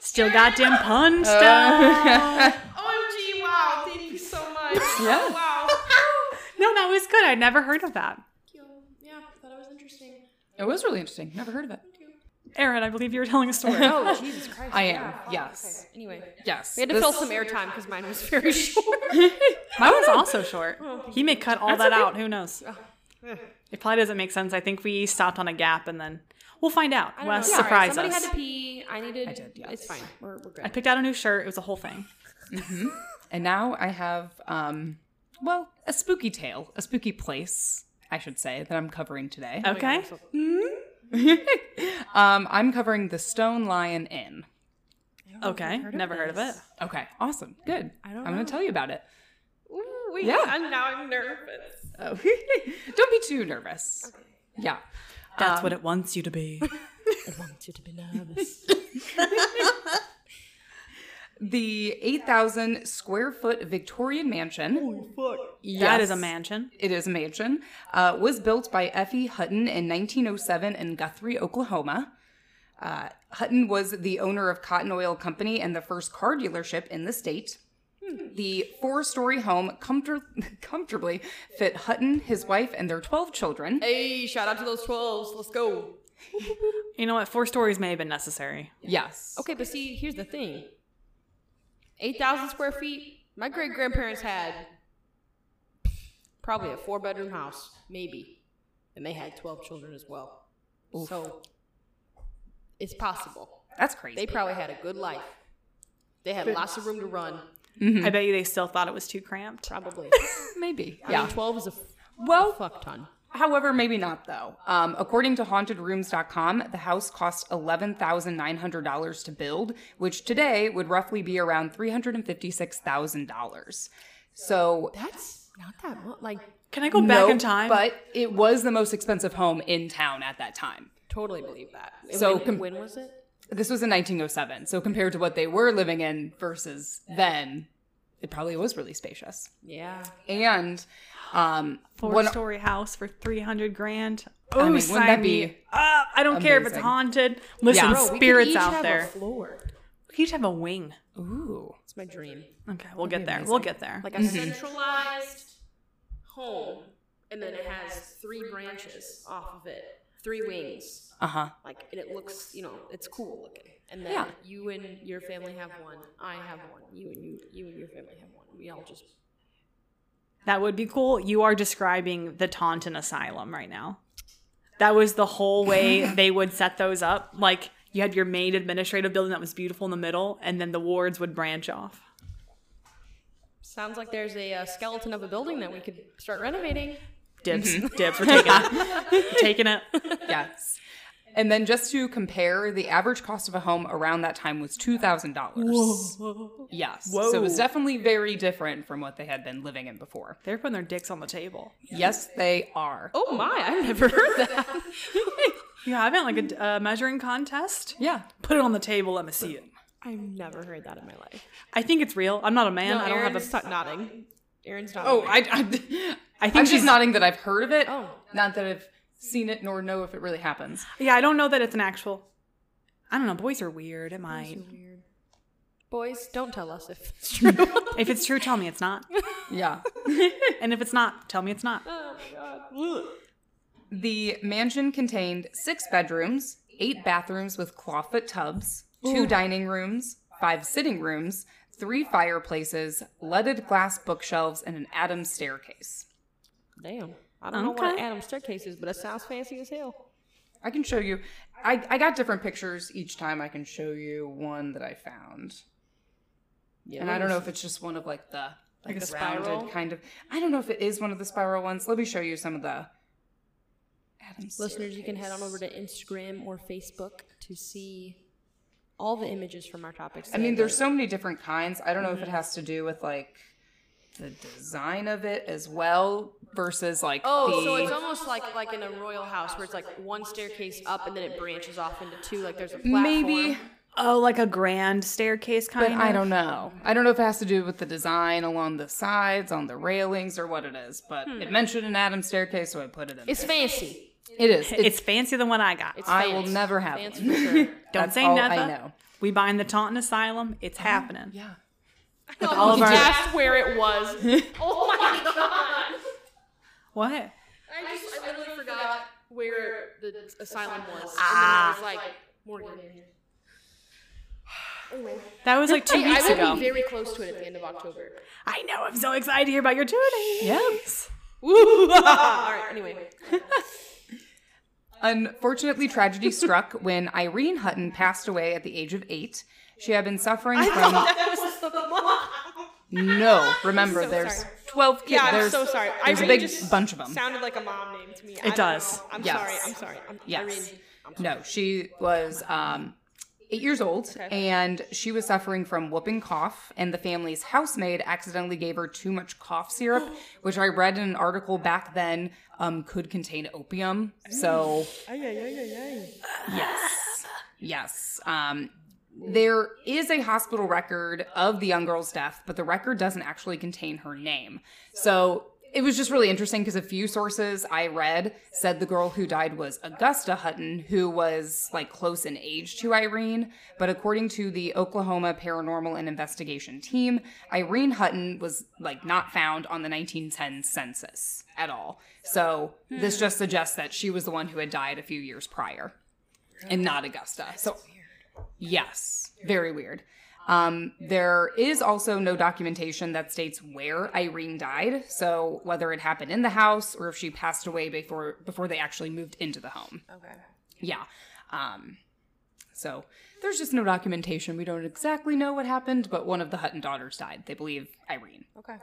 Still goddamn Oh. pun stuff. OMG, wow. Thank you so much. Oh, Yeah. Wow. no, that was good. I'd never heard of that. yeah, I thought it was interesting. it was really interesting. Never heard of it. Aaron, I believe you were telling a story. Oh, Jesus Christ. I am. Yes. Anyway. Yes. We had to fill some airtime because mine was very short. My one's also short. Oh. He may cut all that out. Who knows? It probably doesn't make sense. I think we stopped on a gap and then we'll find out. I don't Wes know. surprised Somebody us. had to pee. I needed. I did, yeah. It's fine. We're, we're good. I picked out a new shirt. It was a whole thing. And now I have, um, well, a spooky tale, a spooky place, I should say, that I'm covering today. Oh, Okay. Um, I'm covering the Stone Lion Inn. okay. Never heard of it. Okay, awesome, good. I don't. I'm going to tell you about it. Ooh, wait, Yeah. I'm, now I'm nervous. Oh. don't be too nervous. Yeah. That's Um, what it wants you to be. The 8,000 square foot Victorian mansion. That is a mansion. It is a mansion. Uh, was built by Effie Hutton in 1907 in Guthrie, Oklahoma. Uh, Hutton was the owner of Cotton Oil Company and the first car dealership in the state. The four story home comfort- comfortably fit Hutton, his wife, and their 12 children. Hey, shout out to those 12s. Let's go. You know what? Four stories may have been necessary. Yes. Okay, but see, here's the thing 8,000 square feet. My great grandparents had probably a four bedroom house, maybe. And they had 12 children as well. So it's possible. That's crazy. They probably had a good life. They had lots of room to run. I bet you they still thought it was too cramped. Probably. Maybe. yeah. Yeah. 12 is a f- Well, fuck ton. However, maybe not though. Um, according to hauntedrooms.com, the house cost $11,900 to build, which today would roughly be around $356,000. So, That's not that much. Like, Can I go back in no, time? But it was the most expensive home in town at that time. totally believe that. So when, com- when was it? This was in 1907. So, compared to what they were living in versus then, it probably was really spacious. Yeah. And um, Four one- story house for 300 grand. Oh, I mean, wouldn't sign that me be up. I don't care if it's amazing? haunted. Listen, Bro, we We could spirits each out have there. A floor. we could each have a wing. ooh, It's my dream. Okay, we'll get there. We'll get there. Like a centralized home, and then it has three branches off of it, three wings. uh huh. Like, and it looks, you know, it's cool looking. And then Yeah. you and your family have one. I have one. You and you, you and your family have one. We all just That would be cool. You are describing the Taunton Asylum right now. That was the whole way they would set those up. Like you had your main administrative building that was beautiful in the middle, and then the wards would branch off. sounds like there's a uh, skeleton of a building that we could start renovating. Dibs, dibs, we're taking it. taking it. yes. And then just to compare, the average cost of a home around that time was two thousand dollars. Yes. So it was Whoa. definitely very different from what they had been living in before. They're putting their dicks on the table. Yes, they are. Oh my! I've never heard that. You haven't like a uh, measuring contest? Yeah. Put it on the table. Let me see it. I've never heard that in my life. I think it's real. I'm not a man. I don't have a. not nodding. Aaron's nodding. Oh, I. I, I think am she's just nodding that I've heard of it. Oh. Not that I've seen it nor know if it really happens. Yeah, I don't know that it's an actual. I don't know. Boys are weird. It might. Boys, don't tell us if it's true. If it's true, tell me it's not. Yeah. And if it's not, tell me it's not. Uh. The mansion contained six bedrooms, eight bathrooms with clawfoot tubs, two dining rooms, five sitting rooms, three fireplaces, leaded glass bookshelves, and an Adams staircase. Damn. I don't know what Okay. Adam's staircase is, but it sounds fancy as hell. I can show you. I, I got different pictures each time. I can show you one that I found. and I don't know if it's just one of like the like, a the spiral? rounded kind of. I don't know if it is one of the spiral ones. Let me show you some of the Adams Listeners, you can head on over to Instagram or Facebook to see all the images from our topics. I mean, there's so many different kinds. I don't know Mm-hmm. if it has to do with like the design of it as well versus like Oh, the so it's almost like like in a royal house where it's like one staircase up and then it branches off into two. Like there's a platform. maybe, Oh, like a grand staircase kind but of. I don't know. I don't know if it has to do with the design along the sides, on the railings, or what it is. But it mentioned an Adam staircase, so I put it in. Hmm. it's fancy. it is. It's, It's fancier than what I got. It's I will fancy. never have Fancy one. for sure. Don't That's say all never. I know. Uh-huh. We bind the Taunton Asylum. It's happening. Yeah. With all of our- That's where it was. oh my god. What? I just, I literally forgot where the asylum was. Ah. And then I was like, Morgan. That was like two Hey, weeks I will ago. be very close to it at the end of October. I know. I'm so excited to hear about your journey. Yes. all right. Anyway, Unfortunately, tragedy struck when Irene Hutton passed away at the age of eight. She had been suffering from. that was the mom. No, remember, so there's sorry. 12 kids. Yeah, I'm there's, so sorry. There's Irene a big just bunch of them. Sounded like a mom name to me. I It don't does. know. I'm Yes. sorry. I'm sorry. I'm, Yes. Irene. No, she was um, eight years old, and she was suffering from whooping cough. And the family's housemaid accidentally gave her too much cough syrup, which I read in an article back then um, could contain opium. So, yes, yes. Um, there is a hospital record of the young girl's death, but the record doesn't actually contain her name. So it was just really interesting because a few sources I read said the girl who died was Augusta Hutton, who was like close in age to Irene. But according to the Oklahoma Paranormal and Investigation Team, Irene Hutton was like not found on the 1910 census at all. So this just suggests that she was the one who had died a few years prior and not Augusta. So Yes, very weird. Um, there is also no documentation that states where Irene died, so whether it happened in the house or if she passed away before before they actually moved into the home. Okay. Yeah. Um, so there's just no documentation. We don't exactly know what happened, but one of the Hutton daughters died. They believe Irene. Okay.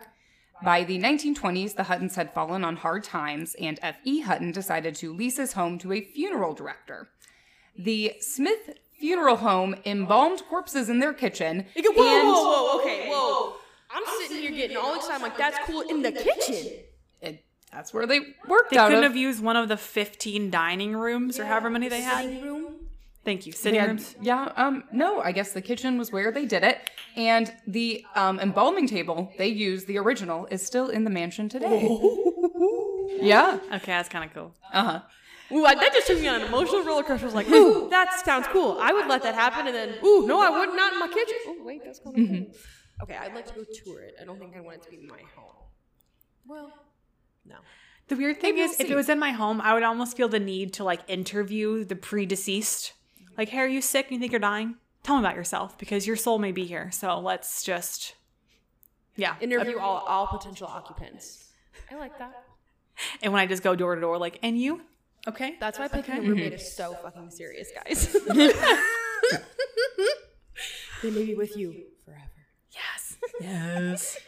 By the 1920s, the Huttons had fallen on hard times, and F.E. Hutton decided to lease his home to a funeral director. The Smith Funeral Home embalmed corpses in their kitchen. Whoa, whoa, and- whoa, whoa. Okay, whoa. I'm, sitting here getting all excited. like, that's cool in the kitchen. It- that's where they worked They out couldn't of. have used one of the 15 dining rooms or however many they had. Sitting room. Thank you. Sitting Yeah, rooms. yeah, um, no, I guess the kitchen was where they did it. And the um, embalming table they used, the original, is still in the mansion today. Oh. Yeah. Okay, that's kind of cool. Uh huh. Ooh, I, that just took me on an emotional roller coaster. I was like, ooh, that sounds cool. I would let that happen. And then, ooh, no, I would not in my kitchen. Oh, wait, that's kind of cool. Okay, I'd like to go tour it. I don't think I want it to be my home. Well, no. The weird thing is, if it was in my home, I would almost feel the need to like interview the predeceased. Like, hey, are you sick? You think you're dying? Tell me about yourself because your soul may be here. So let's just, yeah. Interview all, all potential occupants. I like that. And when I just go door to door, like, and you? Okay. That's why picking a roommate is so fucking serious, guys. they may be with you forever. Yes.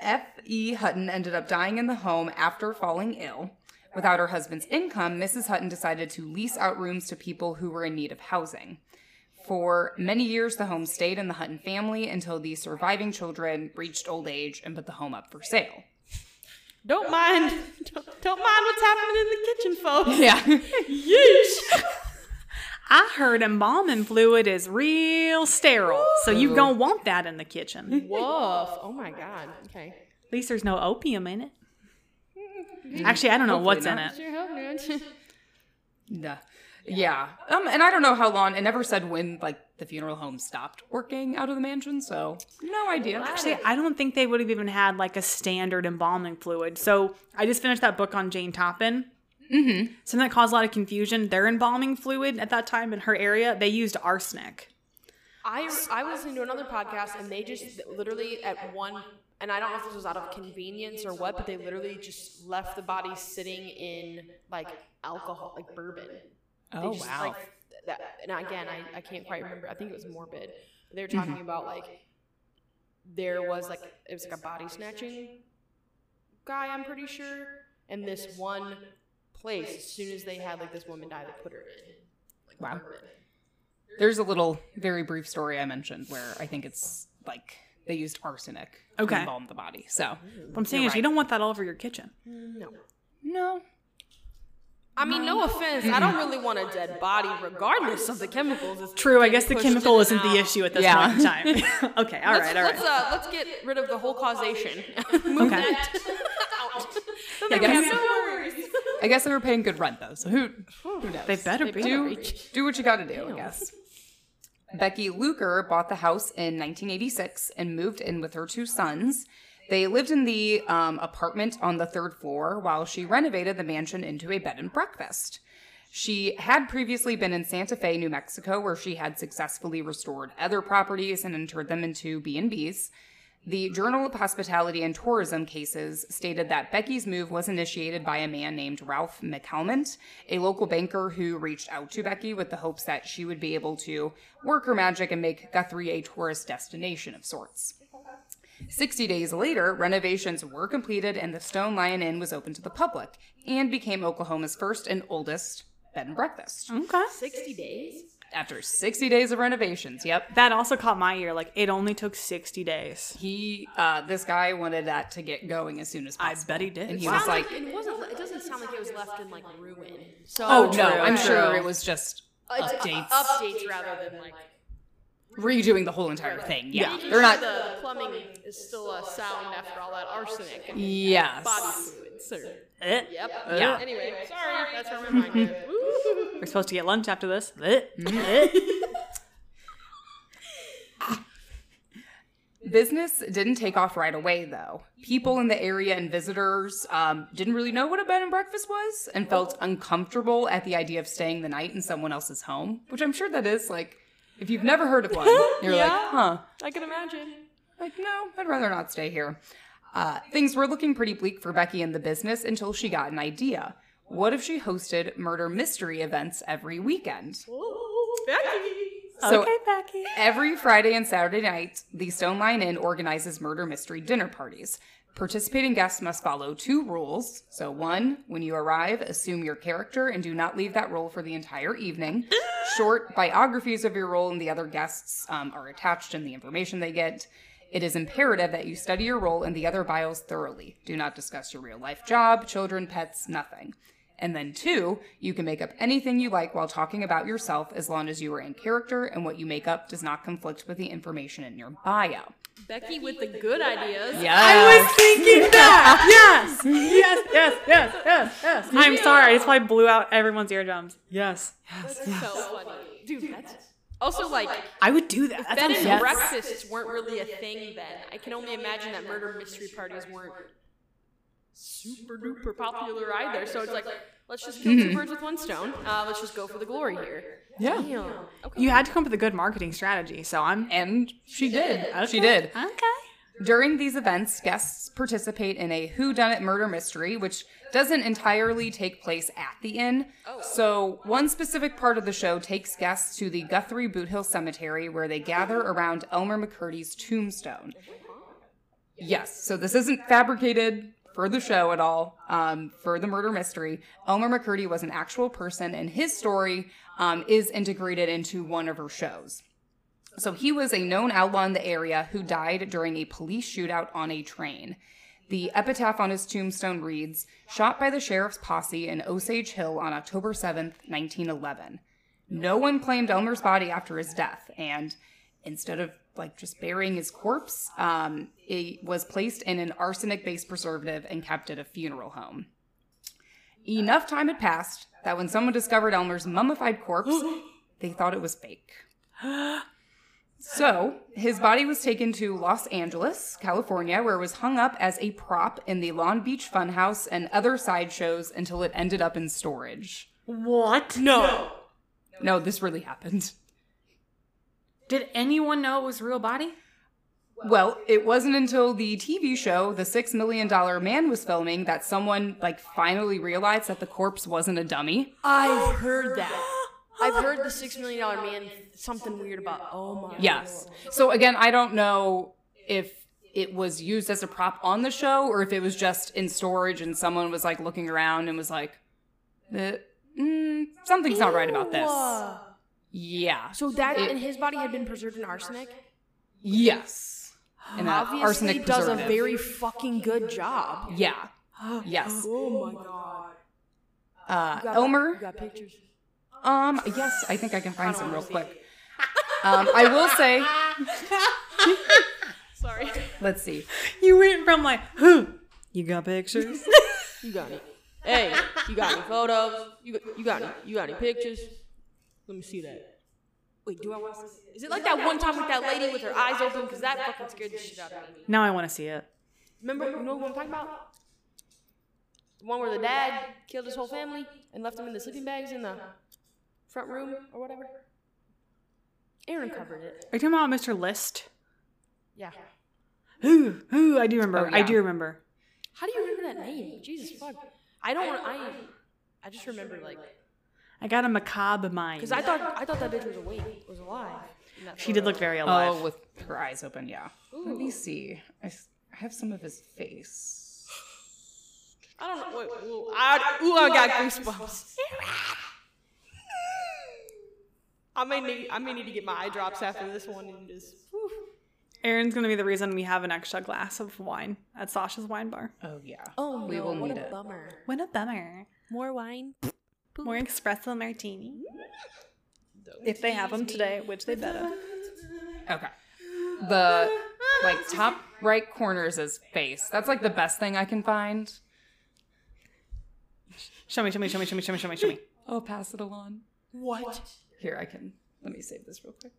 F.E. E Hutton ended up dying in the home after falling ill. Without her husband's income, Mrs. Hutton decided to lease out rooms to people who were in need of housing. For many years, the home stayed in the Hutton family until the surviving children reached old age and put the home up for sale. Don't mind. Don't, don't mind what's happening in the kitchen, folks. Yeah. Yeesh. I heard embalming fluid is real sterile. So you gonna want that in the kitchen. Woof. Oh my god. Okay. At least there's no opium in it. Actually, I don't know what's in not. it. Nah. Yeah. Um, and I don't know how long. It never said when, like, the funeral home stopped working out of the mansion, so no idea. Actually, I don't think they would have even had like a standard embalming fluid. So I just finished that book on Jane Toppin. Mm-hmm. Something that caused a lot of confusion. Their embalming fluid at that time in her area, they used arsenic. I I was listening to another podcast and they just literally at one and I don't know if this was out of convenience or what, but they literally just left the body sitting in like alcohol, like bourbon. They Oh, just, wow. Like, th- that, and again, I, I can't quite remember. I think it was morbid. But they were talking Mm-hmm. about like there was like it was like a body snatching guy. I'm pretty sure. And this one place, as soon as they had like this woman die, they put her in. Like, Wow. bourbon. There's a little, very brief story I mentioned where I think it's like they used arsenic Okay. to embalm the body. So What I'm saying is, you don't want that all over your kitchen. No. no, I mean, no offense. I don't really want a dead body, regardless of the chemicals. It's True. I guess the pushed in chemical and isn't the out. issue at this Yeah. point in time. okay. All Let's, right. All let's, right. uh, let's get rid of the whole causation. Move Okay. that out. Then Yeah, they guys. have no worries. I guess they were paying good rent though, so who who knows? They better be. do do what you got to do, I guess. Becky Luker bought the house in 1986 and moved in with her two sons. They lived in the um, apartment on the third floor while she renovated the mansion into a bed and breakfast. She had previously been in Santa Fe, New Mexico, where she had successfully restored other properties and entered them into B&Bs. The Journal of Hospitality and Tourism Cases stated that Becky's move was initiated by a man named Ralph McHelmont, a local banker who reached out to Becky with the hopes that she would be able to work her magic and make Guthrie a tourist destination of sorts. 60 days later, renovations were completed and the Stone Lion Inn was open to the public and became Oklahoma's first and oldest bed and breakfast. Okay. 60 days? After 60 days of renovations, yep. That also caught my ear. Like it only took sixty days. He, uh, this guy wanted that to get going as soon as I possible. bet he And did. he was like, it wasn't. It doesn't sound like it was left in like ruin. So oh no, true, I'm true. sure it was just it's updates. updates rather than like redoing the whole entire thing. Yeah. Making They're sure not, The plumbing is still a sound after all that arsenic and body yes. fluids. Sir. Eh. Yep. Yeah. Anyway, sorry, that's where my mind went. Woo. We're supposed to get lunch after this. Eh. Eh. Business didn't take off right away, though. People in the area and visitors um, didn't really know what a bed and breakfast was and felt uncomfortable at the idea of staying the night in someone else's home, which I'm sure that is like, if you've never heard of one, you're like, huh. I can imagine. Like, no, I'd rather not stay here. Uh, things were looking pretty bleak for Becky and the business until she got an idea. What if she hosted murder mystery events every weekend? So okay, Becky. Every Friday and Saturday night, the Stone Lion Inn organizes murder mystery dinner parties. Participating guests must follow two rules. So, one, when you arrive, assume your character and do not leave that role for the entire evening. Short biographies of your role and the other guests um, are attached in the information they get. It is imperative that you study your role and the other bios thoroughly. Do not discuss your real life job, children, pets, nothing. And then two, you can make up anything you like while talking about yourself as long as you are in character and what you make up does not conflict with the information in your bio. Becky with the good ideas. Yeah. I was thinking that. Yes. Yes. Yes. Yes. Yes. Yes. I'm sorry. I just probably blew out everyone's eardrums. Yes. That's so funny. Dude, that's also like I would do that. bed and yes. breakfasts weren't really a thing then. I can only imagine that murder mystery parties weren't super duper popular either. So it's like, let's just kill two birds with one stone. Uh, let's just go for the glory here. Yeah. Damn. Okay. You had to come up with a good marketing strategy, so I'm And she did. She did. okay. During these events, guests participate in a whodunit murder mystery, which doesn't entirely take place at the inn. So, one specific part of the show takes guests to the Guthrie Boot Hill Cemetery, where they gather around Elmer McCurdy's tombstone. Yes, so this isn't fabricated for the show at all, um, for the murder mystery. Elmer McCurdy was an actual person, and his story um, is integrated into one of her shows. So he was a known outlaw in the area who died during a police shootout on a train. The epitaph on his tombstone reads Shot by the sheriff's posse in Osage Hill on October 7th, 1911. No one claimed Elmer's body after his death, and instead of like just burying his corpse, um, it was placed in an arsenic based preservative and kept at a funeral home. Enough time had passed that when someone discovered Elmer's mummified corpse, they thought it was fake. So, his body was taken to Los Angeles, California, where it was hung up as a prop in the Long Beach Funhouse and other sideshows until it ended up in storage. What? No. No, this really happened. Did anyone know it was a real body? Well, it wasn't until the TV show The Six Million Dollar Man was filming that someone, like, finally realized that the corpse wasn't a dummy. Oh, I've heard that. I've heard the six million dollar man. Something weird about. Oh my. Yes. So, again, I don't know if it was used as a prop on the show or if it was just in storage and someone was, like, looking around and was like, "Eh, mm, something's not right about this. Whoa. Yeah. So that and his body had been preserved in arsenic. Yes. And that Obviously, arsenic does a preservative. very fucking good job. Yeah. Yes. Oh my god. Uh, You got- Elmer. You got pictures. Um, yes, I think I can find some real quick. Um, I will say, Sorry. let's see. You went from like, who? You got pictures? You got it. Hey, You got any photos? You got, you got any, you got any pictures? Let me see that. Wait, do I want? Is it like that one time with that lady with her eyes open? Because that fucking scared the shit out of me. Now I want to see it. Remember, you know what I'm talking about? The one where the dad killed his whole family and left them in the sleeping bags in the front room or whatever. Aaron covered it. Are you talking about Mr. List? Yeah. Who? Who? I do remember. Oh, I yeah. do remember. How do you remember that name? Jesus fuck. I don't want. I. I just remember like I got a macabre mind. because I thought I thought that bitch was awake, was alive. in that she did look very alive. Oh, with her eyes open, yeah. Let me see. I, s- I have some of his face. I don't know. Wait, ooh, I, ooh, I got goosebumps. I may need I may need to get my eye drops after this one and just. whew. Aaron's gonna be the reason we have an extra glass of wine at Sasha's wine bar. Oh yeah. Oh We will need it. bummer! What a bummer. More wine. More espresso martini. If they have them today, which they better. Okay. The like top right corner is his face. That's like the best thing I can find. Show me, show me, show me, show me, show me, show me, show me. Oh, pass it along. What? Here I can. Let me save this real quick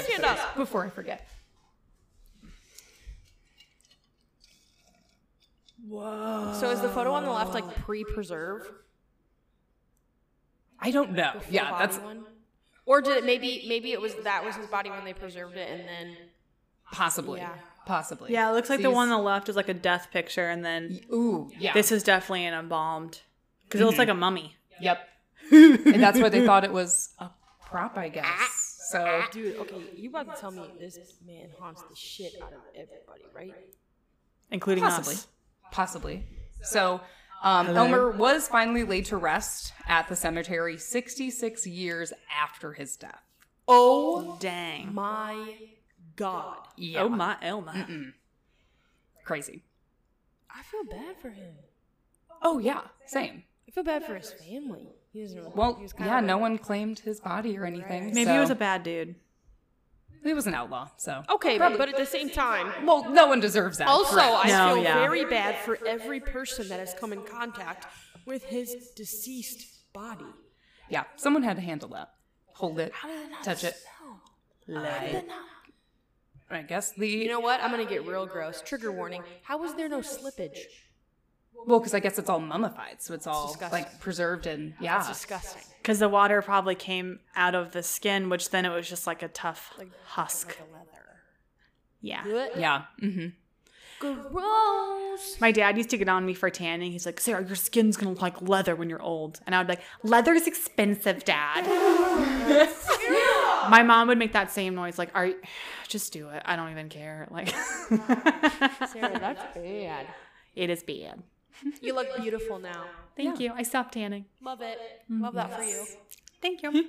Stand up. before I forget. So is the photo on the left like pre-preserve? I don't know. The Yeah, body that's one? Or did it maybe maybe it was that was his body when they preserved it and then possibly. Yeah. Possibly. Yeah, it looks like the These- one on the left is like a death picture, and then Ooh, yeah. this is definitely an embalmed because it looks like a mummy. Yep. and that's why they thought it was a prop, I guess. So dude okay you about to tell me this man haunts the shit out of everybody right including possibly, us. possibly. So um, Elmer was finally laid to rest at the cemetery 66 years after his death. oh Dang. my god Yeah, Oh my, oh my. crazy. I feel bad for him Oh yeah, same. I feel bad for his family he doesn't really Well, he was kind yeah, of a- no one claimed his body or anything. Maybe so- he was a bad dude. he was an outlaw. So Oh, okay but, but at the same time well, no one deserves that. also correct. I No, feel yeah. very bad for every person that has come in contact with his deceased body yeah, someone had to handle that, hold it, touch it. Like, I guess the you know what I'm gonna get real gross trigger warning how was there no slippage Well, because I guess it's all mummified, so it's all disgusting. like preserved and yeah. disgusting Because the water probably came out of the skin, which then it was just like a tough husk. Yeah. Yeah. hmm Gross. My dad used to get on me for tanning. He's like, Sarah, your skin's gonna look like leather when you're old. And I would be like, leather is expensive, dad. My mom would make that same noise, like, are you, just do it. I don't even care. Like Sarah, that's bad. it is bad. You look beautiful now. Thank you. I stopped tanning. Love it. Love that for you. Thank you.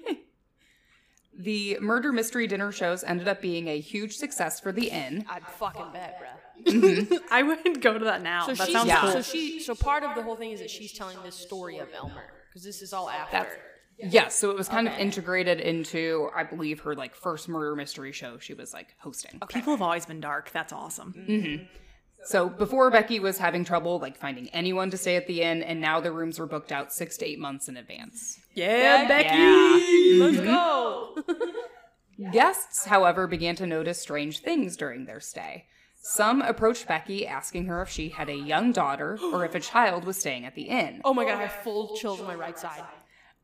The murder mystery dinner shows ended up being a huge success for the inn. I'd fucking bet, bruh. I wouldn't go to that now. So that she's sounds yeah. cool. so she so part of the whole thing is that she's telling this story of Elmer because this is all after. That's yes, so it was kind of integrated into, I believe, her like first murder mystery show she was like hosting. People have always been dark. That's awesome. Mm. So before Becky was having trouble like finding anyone to stay at the inn, and now the rooms were booked out six to eight months in advance. Yeah, Becky. Let's Mm-hmm. go. Guests, however, began to notice strange things during their stay. Some approached Becky asking her if she had a young daughter or if a child was staying at the inn. Oh my god, I have full chills on my right side.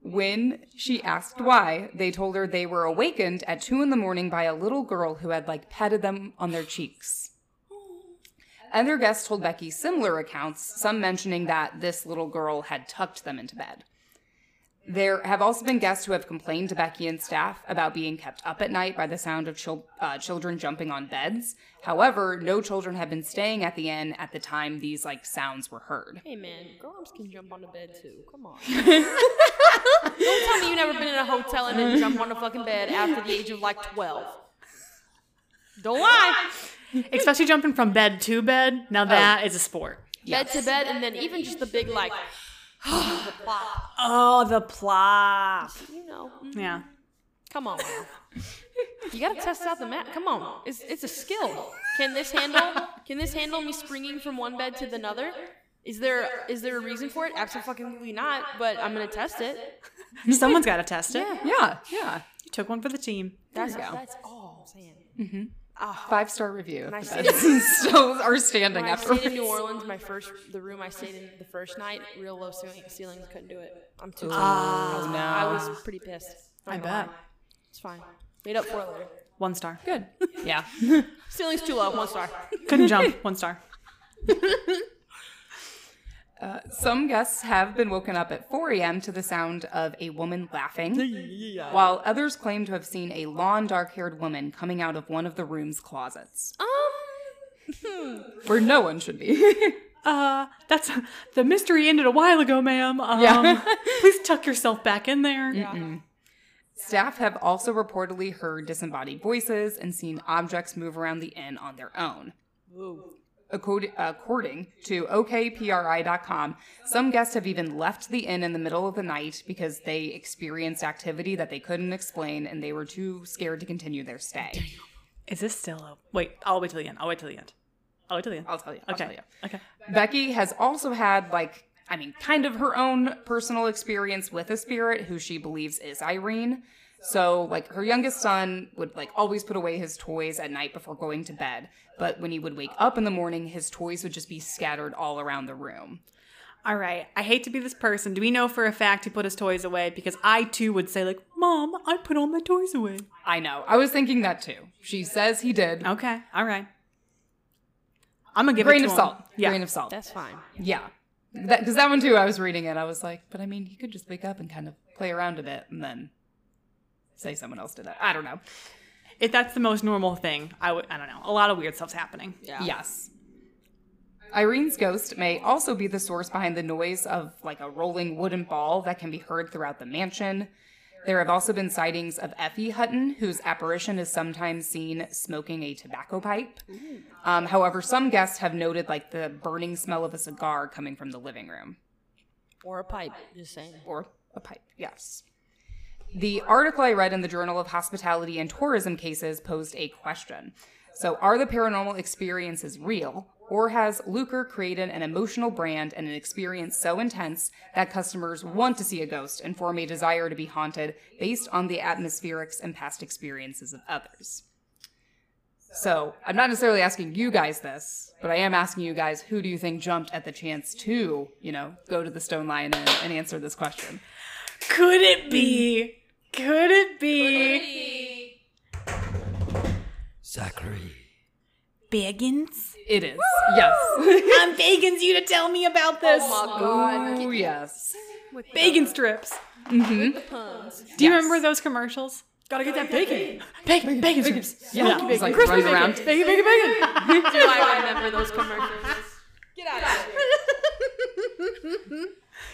When she asked why, they told her they were awakened at two in the morning by a little girl who had like petted them on their cheeks. Other guests told Becky similar accounts, some mentioning that this little girl had tucked them into bed. There have also been guests who have complained to Becky and staff about being kept up at night by the sound of chil- uh, children jumping on beds. However, no children had been staying at the inn at the time these like sounds were heard. Hey man, girls can jump on the bed too. Come on. Don't tell me you've never been in a hotel and then jump on a fucking bed after the age of like twelve. Don't lie. Especially jumping from bed to bed. Oh. Now that is a sport. Bed to bed, and then even just the big like, the plot. Oh, the plop. You know. Yeah. Come on. You gotta test out the map. Come on, it's it's a skill. Can this handle? Can this handle me springing from one bed to the other? Is there is there a reason for it? Absolutely not. But I'm gonna test it. Someone's got to test it. Yeah, yeah. You took one for the team. That's go. that's all I'm saying. Five star review. I The best. Still are standing When I after. stayed in New Orleans, my first the room I stayed in the first night, real low ceiling, ceilings, couldn't do it. I'm too. tall. I was, I was pretty pissed. I Not gonna bet. lie. it's fine. Made up for it later. One star. Good. Yeah. Ceiling's too low. One star. Couldn't jump. One star. Some guests have been woken up at 4 a.m. to the sound of a woman laughing, while others claim to have seen a long, dark haired woman coming out of one of the room's closets, Um. where no one should be. Uh, that's the mystery ended a while ago, ma'am. Um, Yeah. please tuck yourself back in there. Staff have also reportedly heard disembodied voices and seen objects move around the inn on their own. Accord- According to OKPRI.com, some guests have even left the inn in the middle of the night because they experienced activity that they couldn't explain and they were too scared to continue their stay. Is this still a wait? I'll wait till the end. I'll wait till the end. I'll wait till the end. I'll tell you. I'll okay. tell you. Okay. Becky has also had like I mean kind of her own personal experience with a spirit who she believes is Irene. So like her youngest son would like always put away his toys at night before going to bed, but when he would wake up in the morning his toys would just be scattered all around the room. All right. I hate to be this person. Do we know for a fact he put his toys away? Because I too would say like, Mom, I put all my toys away. I know. I was thinking that too. She says he did. Okay. All right. I'm gonna give it Grain to of him. salt. Yeah. Grain of salt. That's fine. yeah. That cuz that one too I was reading it I was like, but I mean he could just wake up and kind of play around a bit and then say someone else did that. I don't know. if that's the most normal thing, I would. I don't know. A lot of weird stuff's happening. Yeah. Yes. Irene's ghost may also be the source behind the noise of like a rolling wooden ball that can be heard throughout the mansion. There have also been sightings of Effie Hutton, whose apparition is sometimes seen smoking a tobacco pipe. Um, however, some guests have noted like the burning smell of a cigar coming from the living room Or a pipe. Just saying. or a pipe. Yes. The article I read in the Journal of Hospitality and Tourism Cases posed a question. So, are the paranormal experiences real, or has Lucre created an emotional brand and an experience so intense that customers want to see a ghost and form a desire to be haunted based on the atmospherics and past experiences of others? So, I'm not necessarily asking you guys this, but I am asking you guys who do you think jumped at the chance to, you know, go to the Stone Lion and, and answer this question? Could it be? Could it be? Zachary. Biggins? It is. Yes. I'm begging you to tell me about this. Oh, yes. bacon strips. Do you remember those commercials? Gotta get that bacon. Bacon, bacon strips. Yeah. Bacon, He's bacon, like crispy running bacon. around. Bacon, bacon, bacon. Do I remember those commercials?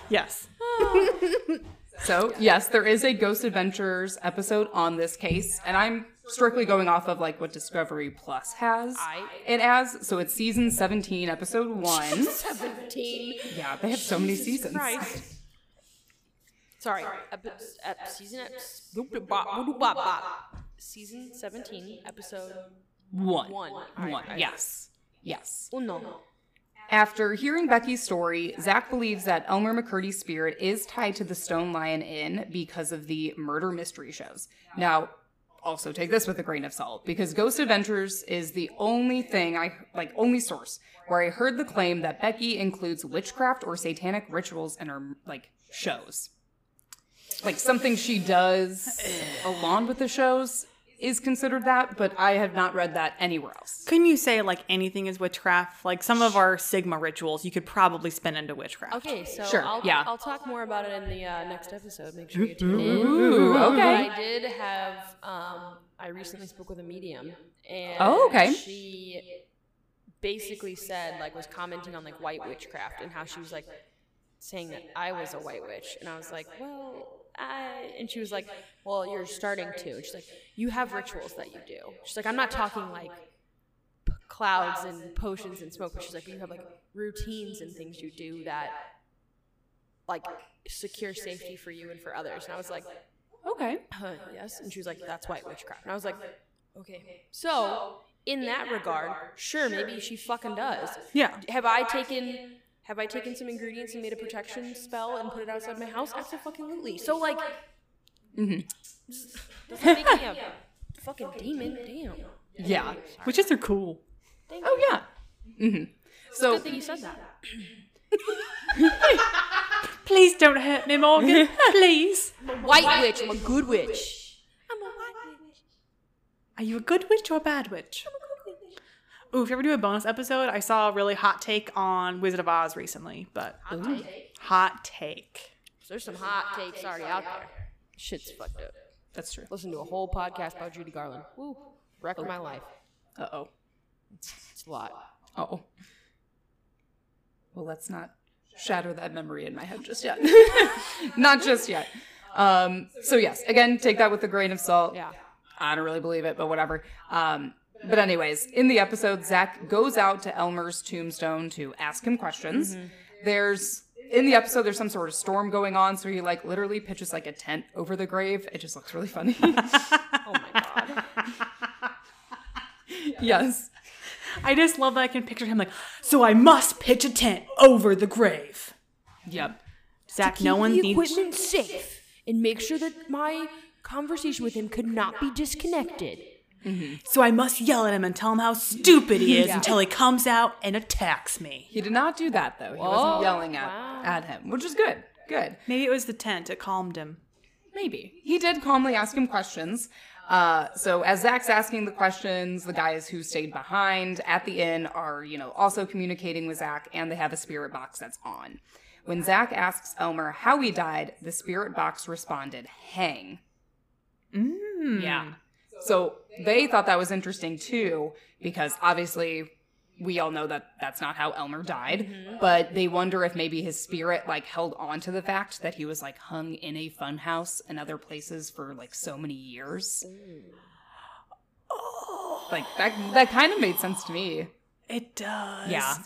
yes. So, yes, there is a Ghost Adventures episode on this case, and I'm strictly going off of like what Discovery Plus has. It has, so it's season 17, episode 1. 17. Yeah, they have so many seasons. Sorry. Ep- ep- season ep- boop, bop, boop, bop, bop. Season 17, episode One. One. One. Yes. Yes. uno. After hearing Becky's story, Zach believes that Elmer McCurdy's spirit is tied to the Stone Lion Inn because of the murder mystery shows. Now, also take this with a grain of salt because Ghost Adventures is the only thing I like, only source where I heard the claim that Becky includes witchcraft or satanic rituals in her like shows. Like something she does along with the shows is considered that, but I have not read that anywhere else. Couldn't you say like anything is witchcraft? Like some of our Sigma rituals, you could probably spin into witchcraft. Okay, so Sure, I'll, yeah. I'll talk more about it in the uh, next episode. Make sure you tune in. Ooh, okay. But I did have. Um, I recently spoke with a medium, and Oh, okay. she basically said, like, was commenting on like white witchcraft and how she was like saying that I was a white witch, and I was like, well. I, and she was like, "Well, you're starting to." And she's like, "You have rituals that you do." She's like, "I'm not talking like p- clouds and potions and smoke," but she's like, "You have like routines and things you do that like secure safety for you and for others." And I was like, Okay. Uh, uh, yes. And she was like, that's white witchcraft. And I was like, Okay. So, in that regard, sure, maybe she fucking does. Yeah. Have I taken have I taken some ingredients and made a protection spell and put it outside my house? Absolutely. So like Mm-hmm. Mhm. doesn't make me a fucking demon. Damn. Yeah. Witches are cool. Oh yeah. hmm So Good thing you said that. Please don't hurt me, Morgan. Please. White witch. I'm a good witch. Are you a good witch or a bad witch? Ooh, if you ever do a bonus episode, I saw a really hot take on Wizard of Oz recently, but hot take. There's some hot takes already out there. Shit's fucked up. that's true. Listen to a whole podcast about Judy Garland. Woo. Wreck of my life. Uh oh. It's a lot. Oh. Well, let's not shatter that memory in my head just yet. not just yet. Um, so yes, again, take that with a grain of salt. Yeah. I don't really believe it, but whatever. Um, but anyways, in the episode, Zach goes out to Elmer's tombstone to ask him questions. Mm-hmm. There's in the episode, there's some sort of storm going on, so he like literally pitches like a tent over the grave. It just looks really funny. Oh my god. yes. I just love that I can picture him like, so I must pitch a tent over the grave. Yep. Zach, no one the needs. equipment safe and make sure that my conversation with him could not be disconnected. So I must yell at him and tell him how stupid he is until he comes out and attacks me. He did not do that though. He wasn't yelling at, at him, which is good. Good. Maybe it was the tent. It calmed him. Maybe. He did calmly ask him questions. Uh, so as Zach's asking the questions, the guys who stayed behind at the inn are, you know, also communicating with Zach, and they have a spirit box that's on. When Zach asks Elmer how he died, the spirit box responded, "Hang." Mm. Yeah. So they thought that was interesting too, because obviously we all know that that's not how Elmer died, but they wonder if maybe his spirit like held on to the fact that he was like hung in a funhouse and other places for like so many years. Like that that kind of made sense to me. It does. Yeah.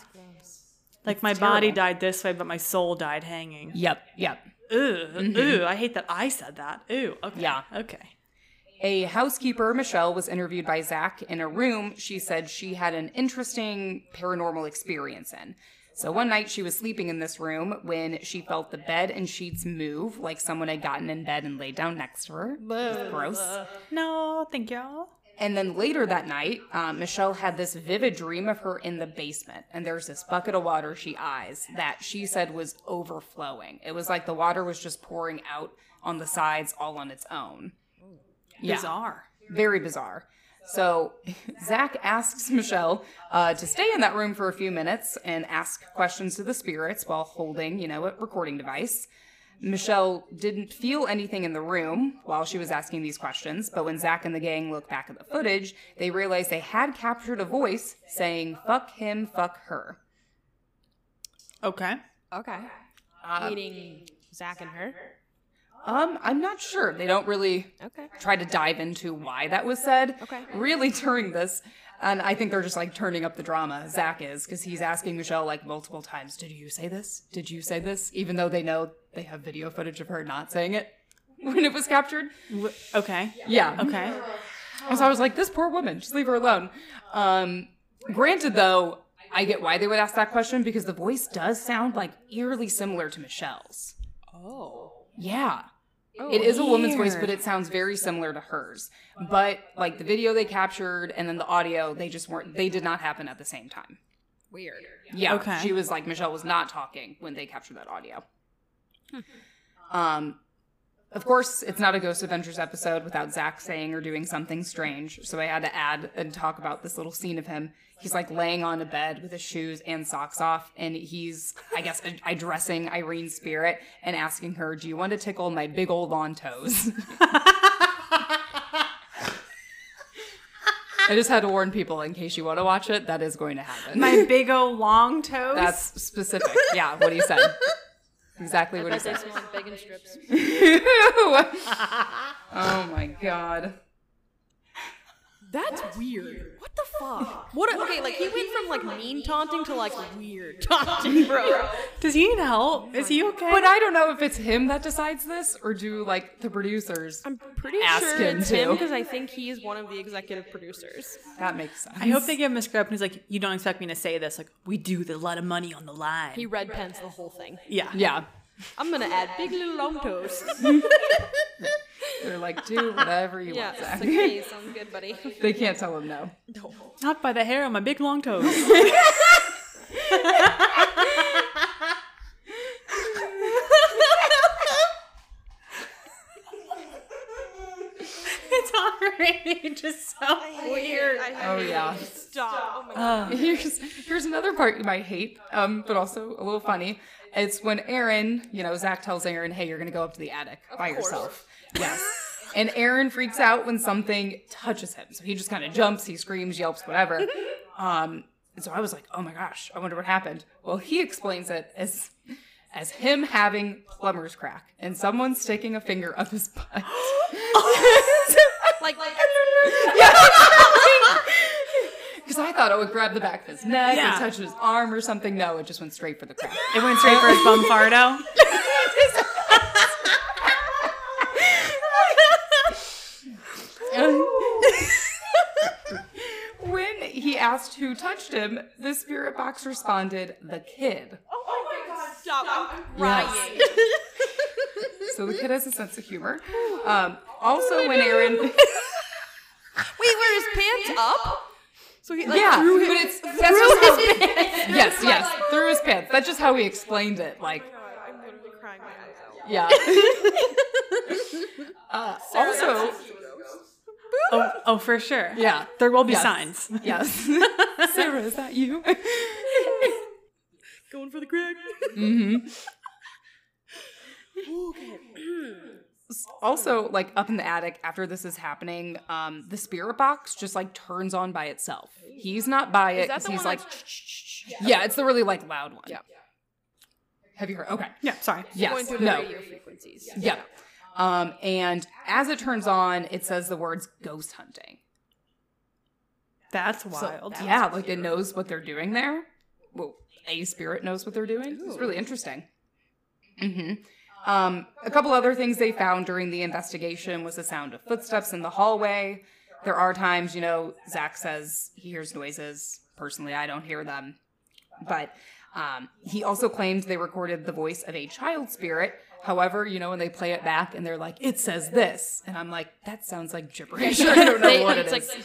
Like my body terrible. died this way, but my soul died hanging. Yep. Yep. Ooh, ooh, I hate that I said that. Ooh, okay. Yeah. Okay. A housekeeper, Michelle, was interviewed by Zach in a room she said she had an interesting paranormal experience in. So one night she was sleeping in this room when she felt the bed and sheets move like someone had gotten in bed and laid down next to her. Gross. No, thank y'all. And then later that night, um, Michelle had this vivid dream of her in the basement, and there's this bucket of water she eyes that she said was overflowing. It was like the water was just pouring out on the sides all on its own. Yeah. Bizarre. Very bizarre. So Zach asks Michelle uh, to stay in that room for a few minutes and ask questions to the spirits while holding, you know, a recording device. Michelle didn't feel anything in the room while she was asking these questions, but when Zach and the gang look back at the footage, they realize they had captured a voice saying, fuck him, fuck her. Okay. Okay. Meaning Zach and her. Um, I'm not sure. They don't really Okay. try to dive into why that was said. Okay. Really during this, and I think they're just like turning up the drama. Zach is because he's asking Michelle like multiple times, "Did you say this? Did you say this?" Even though they know they have video footage of her not saying it when it was captured. W- okay. Yeah. Okay. So I was like, "This poor woman. Just leave her alone." Um, granted, though, I get why they would ask that question because the voice does sound like eerily similar to Michelle's. Oh. Yeah it is a woman's voice, but it sounds very similar to hers. But like the video they captured and then the audio, they just weren't. They did not happen at the same time. Weird. Yeah, Okay. she was like Michelle was not talking when they captured that audio. um, of course, it's not a Ghost Adventures episode without Zach saying or doing something strange. So I had to add and talk about this little scene of him. He's like laying on a bed with his shoes and socks off, and he's, I guess, ad- addressing Irene's spirit and asking her, "Do you want to tickle my big old lawn toes?" I just had to warn people in case you want to watch it, that is going to happen. My big old long toes. That's specific. Yeah, what he said. Exactly what he said. Smell like bacon strips. Ew. oh my god. That's, weird. What the fuck? What? A, okay, like he went from like mean taunting to like weird taunting, bro. Does he need help? Is he okay? But I don't know if it's him that decides this or do like the producers. I'm pretty Ask sure him it's him to. because I think he is one of the executive producers. That makes sense. I hope they give him a script and he's like, you don't expect me to say this. Like, we do the lot of money on the line. He red pens the whole thing. yeah. Yeah. I'm gonna add big little toast. They're like, do whatever you Yeah, want, it's Zach. like, hey, sounds good, buddy. They can't tell him no. Not by the hair on my big long toes. it's already just so weird. Oh yeah. Um, Stop. Oh my Here's here's another part you might hate, um, but also a little funny. It's when Aaron, you know, Zach tells Aaron, "Hey, you're gonna go up to the attic by yourself." Yes. And Aaron freaks out when something touches him, so he just kind of jumps, he screams, yelps, whatever. Um, and so I was like, "Oh my gosh, I wonder what happened." Well, he explains it as as him having plumber's crack and someone sticking a finger up his butt. Like, like Because I thought it would grab the back of his neck Yeah. and touch his arm or something. No, it just went straight for the crack. It went straight for his bumfardo. when he asked who touched him, the spirit box responded, "The kid." Oh stop. I'm Yes. so the kid has a sense of humor. Um, also, when Aaron, Wait, were his pants up? So he like yeah, threw but his- it's that's just how, yes, yes, through his pants. That's just how he explained it. Like, Oh God, I'm literally crying my eyes out. yeah. uh, also, Oh, oh, for sure. yeah. There will be Yes. signs. Yes. Sarah, is that you? Going for the crack. Mm-hmm. also, like up in the attic after this is happening, um, the spirit box just like turns on by itself. He's not by it that because the he's one like, yeah. it's the really like loud one. Yeah. Have you heard? Okay. Yeah, sorry. Going Yes. through the No. radio frequencies. Yeah. Um, and as it turns on, it says the words ghost hunting. That's wild. yeah, like it knows what they're doing there. Well, a spirit knows what they're doing. It's really interesting. hmm Um, a couple other things they found during the investigation was the sound of footsteps in the hallway. There are times, you know, Zach says he hears noises. Personally, I don't hear them. But um, he also claimed they recorded the voice of a child spirit. However, you know, when they play it back and they're like, it says this. And I'm like, that sounds like gibberish. I don't know They- what it it's is. like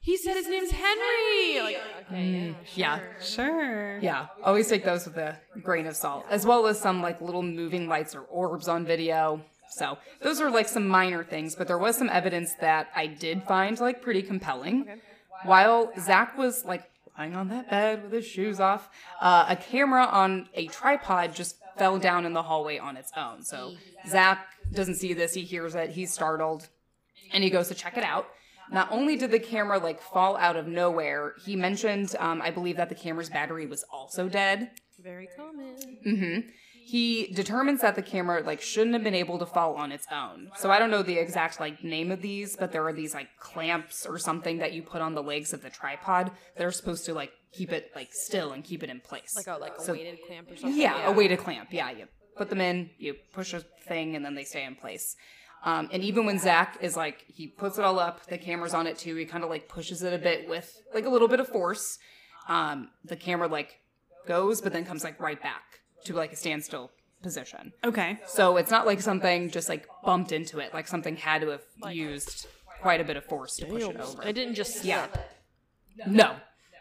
he said his name's Henry. Like okay, yeah. Sure. Yeah, always take those with a grain of salt, as well as some like little moving lights or orbs on video. So those are like some minor things, but there was some evidence that I did find like pretty compelling. While Zach was like lying on that bed with his shoes off, uh, a camera on a tripod just fell down in the hallway on its own. So Zach doesn't see this, he hears it, he's startled, and he goes to check it out. Not only did the camera like fall out of nowhere, he mentioned, um, I believe that the camera's battery was also dead. Mm-hmm. very common. He determines that the camera like shouldn't have been able to fall on its own. So I don't know the exact like name of these, but there are these like clamps or something that you put on the legs of the tripod that are supposed to like keep it like still and keep it in place. Like a like a So- weighted clamp or something. yeah, a weighted clamp. Yeah, you put them in, you push a thing, and then they stay in place. Um, and even when Zach is like, he puts it all up, the camera's on it too. He kind of like pushes it a bit with like a little bit of force. Um, the camera like goes, but then comes like right back to like a standstill position. Okay. So it's not like something just like bumped into it. Like something had to have used quite a bit of force to push it over. It didn't just slip. Yeah. No,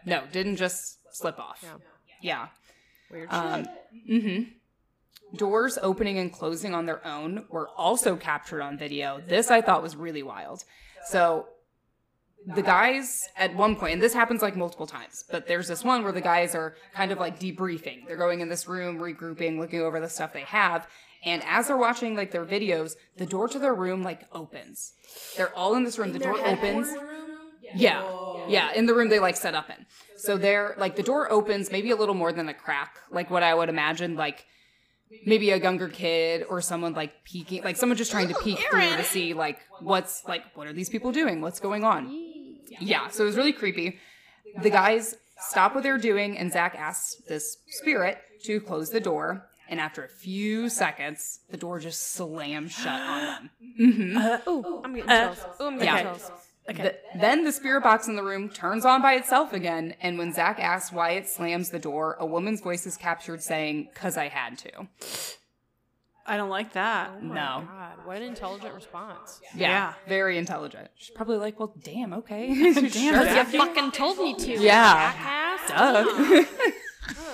no, didn't just slip off. Yeah. yeah. Weird Um, mhm. Doors opening and closing on their own were also captured on video. This I thought was really wild. So the guys at one point, and this happens like multiple times, but there's this one where the guys are kind of like debriefing. They're going in this room, regrouping, looking over the stuff they have. And as they're watching like their videos, the door to their room like opens. They're all in this room. The door opens. Yeah. Yeah, in the room they like set up in. So they're like the door opens maybe a little more than a crack, like what I would imagine, like maybe a younger kid or someone like peeking, like someone just trying to peek through to see like what's like what are these people doing? What's going on? Yeah, so it was really creepy. The guys stop what they're doing, and Zach asks this spirit to close the door. And after a few seconds, the door just slams shut on them. hmm Oh, I'm getting chills. Oh, I'm getting yeah. chills. Th- then the spirit box in the room turns on by itself again, and when Zach asks why it slams the door, a woman's voice is captured saying, Cause I had to. I don't like that. no. God, what an intelligent response. Yeah. Yeah. Very intelligent. She's probably like, Well, damn, okay. damn, You fucking told me to. Yeah. Duh.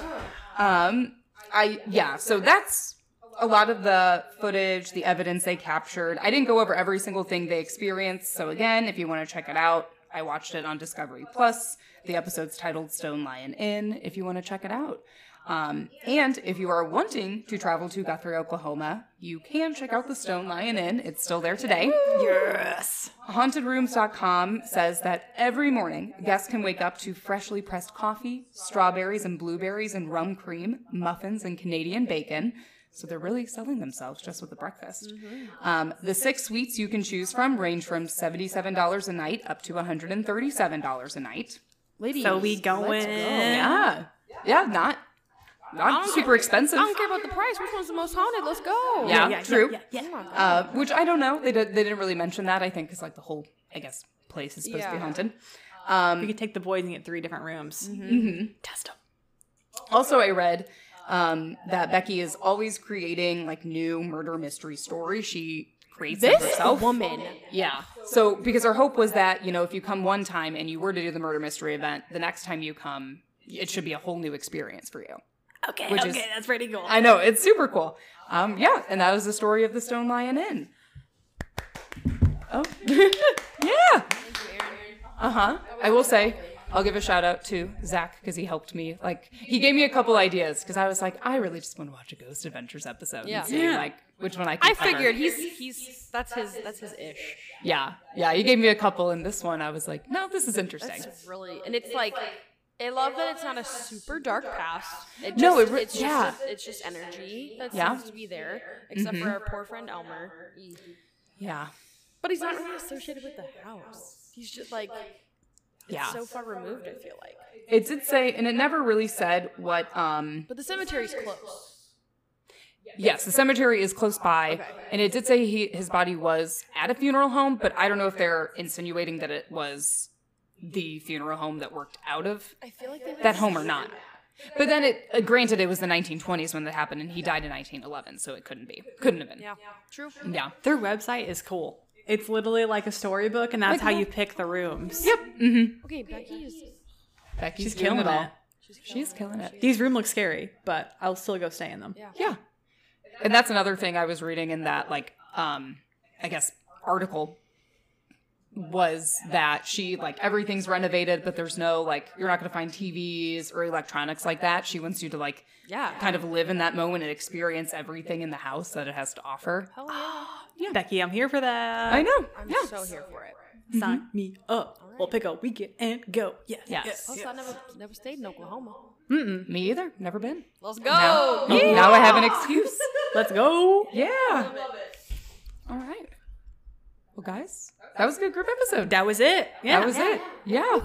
um, I yeah. So that's a lot of the footage, the evidence they captured. I didn't go over every single thing they experienced. So again, if you want to check it out, I watched it on Discovery Plus. The episode's titled Stone Lion Inn. If you want to check it out. Um, and if you are wanting to travel to Guthrie, Oklahoma, you can check out the Stone Lion Inn. It's still there today. Yes. HauntedRooms.com says that every morning, guests can wake up to freshly pressed coffee, strawberries and blueberries and rum cream, muffins and Canadian bacon. So they're really selling themselves just with the breakfast. Mm-hmm. Um, the six suites you can choose from range from $77 a night up to $137 a night. Ladies, So we going. let's go. Yeah. Yeah, not not super I expensive. don't care about the price. Which one's the most haunted? Let's go. Yeah, yeah, true. yeah, yeah. Uh, which I don't know. They, did, they didn't really mention that. I think because like the whole, I guess, place is supposed to be Yeah. haunted. We could take the boys and get three different rooms. Mm-hmm. Test them. Also, I read um, that Becky is always creating like new murder mystery stories. She creates them This herself. woman. Yeah. So because her hope was that you know if you come one time and you were to do the murder mystery event, the next time you come, it should be a whole new experience for you. Okay, Which okay, is- that's pretty cool. I know it's super cool. Um, yeah, and that was the story of the Stone Lion Inn. Oh, yeah. Uh huh. I will say, I'll give a shout out to Zach because he helped me. Like, he gave me a couple ideas because I was like, I really just want to watch a Ghost Adventures episode Yeah. and see like which one I can. I cover. figured he's he's that's his that's his ish. Yeah, yeah. He gave me a couple, and this one I was like, no, this is interesting. It's really and it's like I love that it's not a super dark past. It No, just- it re- it's just yeah. it's just energy that Yeah. seems to be there, except for our poor friend Elmer. Mm. Yeah, But he's not really associated with the house. He's just like yeah. so far removed. I feel like, It did say, and it never really said what. um but the cemetery's close. Yes, the cemetery is close by, and it did say he, his body was at a funeral home, but I don't know if they're insinuating that it was the funeral home that worked out of I feel like they that home or not. But then it, uh, granted, it was the 1920s when that happened, and he died in 1911, so it couldn't be, couldn't have been. Yeah, true. Yeah. Their website is cool. It's literally like a storybook, and that's how you pick the rooms. Yep. Mm-hmm. Okay, Becky is Becky's She's killing killing it all. it. She's killing it. These rooms look scary, but I'll still go stay in them. Yeah. And that's another thing I was reading in that like um I guess article was that she like everything's renovated but there's no like you're not going to find TVs or electronics like that. She wants you to like yeah. kind of live in that moment and experience everything in the house that it has to offer. Hell yeah. Becky, I'm here for that. I know. I'm yeah. so here for it. Sign me up. We'll pick a weekend and go. Yes. Yes. Plus, I never never stayed in Oklahoma. Me either. Never been. Let's Now, go. now I have an excuse. Let's go. yeah. All right. Well, guys, that was a good group episode. That was it. Yeah. That was it. Yeah.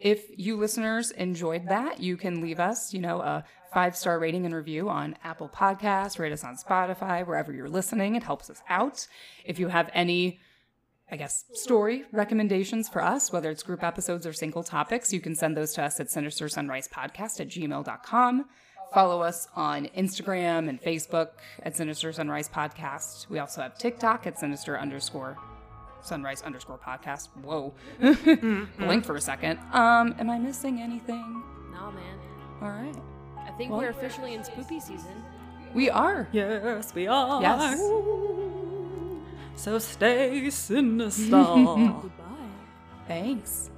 If you listeners enjoyed that, you can leave us, you know, a five star rating and review on Apple Podcasts, rate us on Spotify, wherever you're listening. It helps us out. If you have any, I guess, story recommendations for us, whether it's group episodes or single topics, you can send those to us at sinister sunrise podcast at gmail.com. Follow us on Instagram and Facebook at Sinister Sunrise Podcast. We also have TikTok at Sinister underscore sunrise underscore podcast. Whoa. Blink for a second. Um, am I missing anything? Nah, man. All right. I think we're officially in spoopy season. We are. Yes, we are. Yes. So stay sinister. Goodbye. Thanks.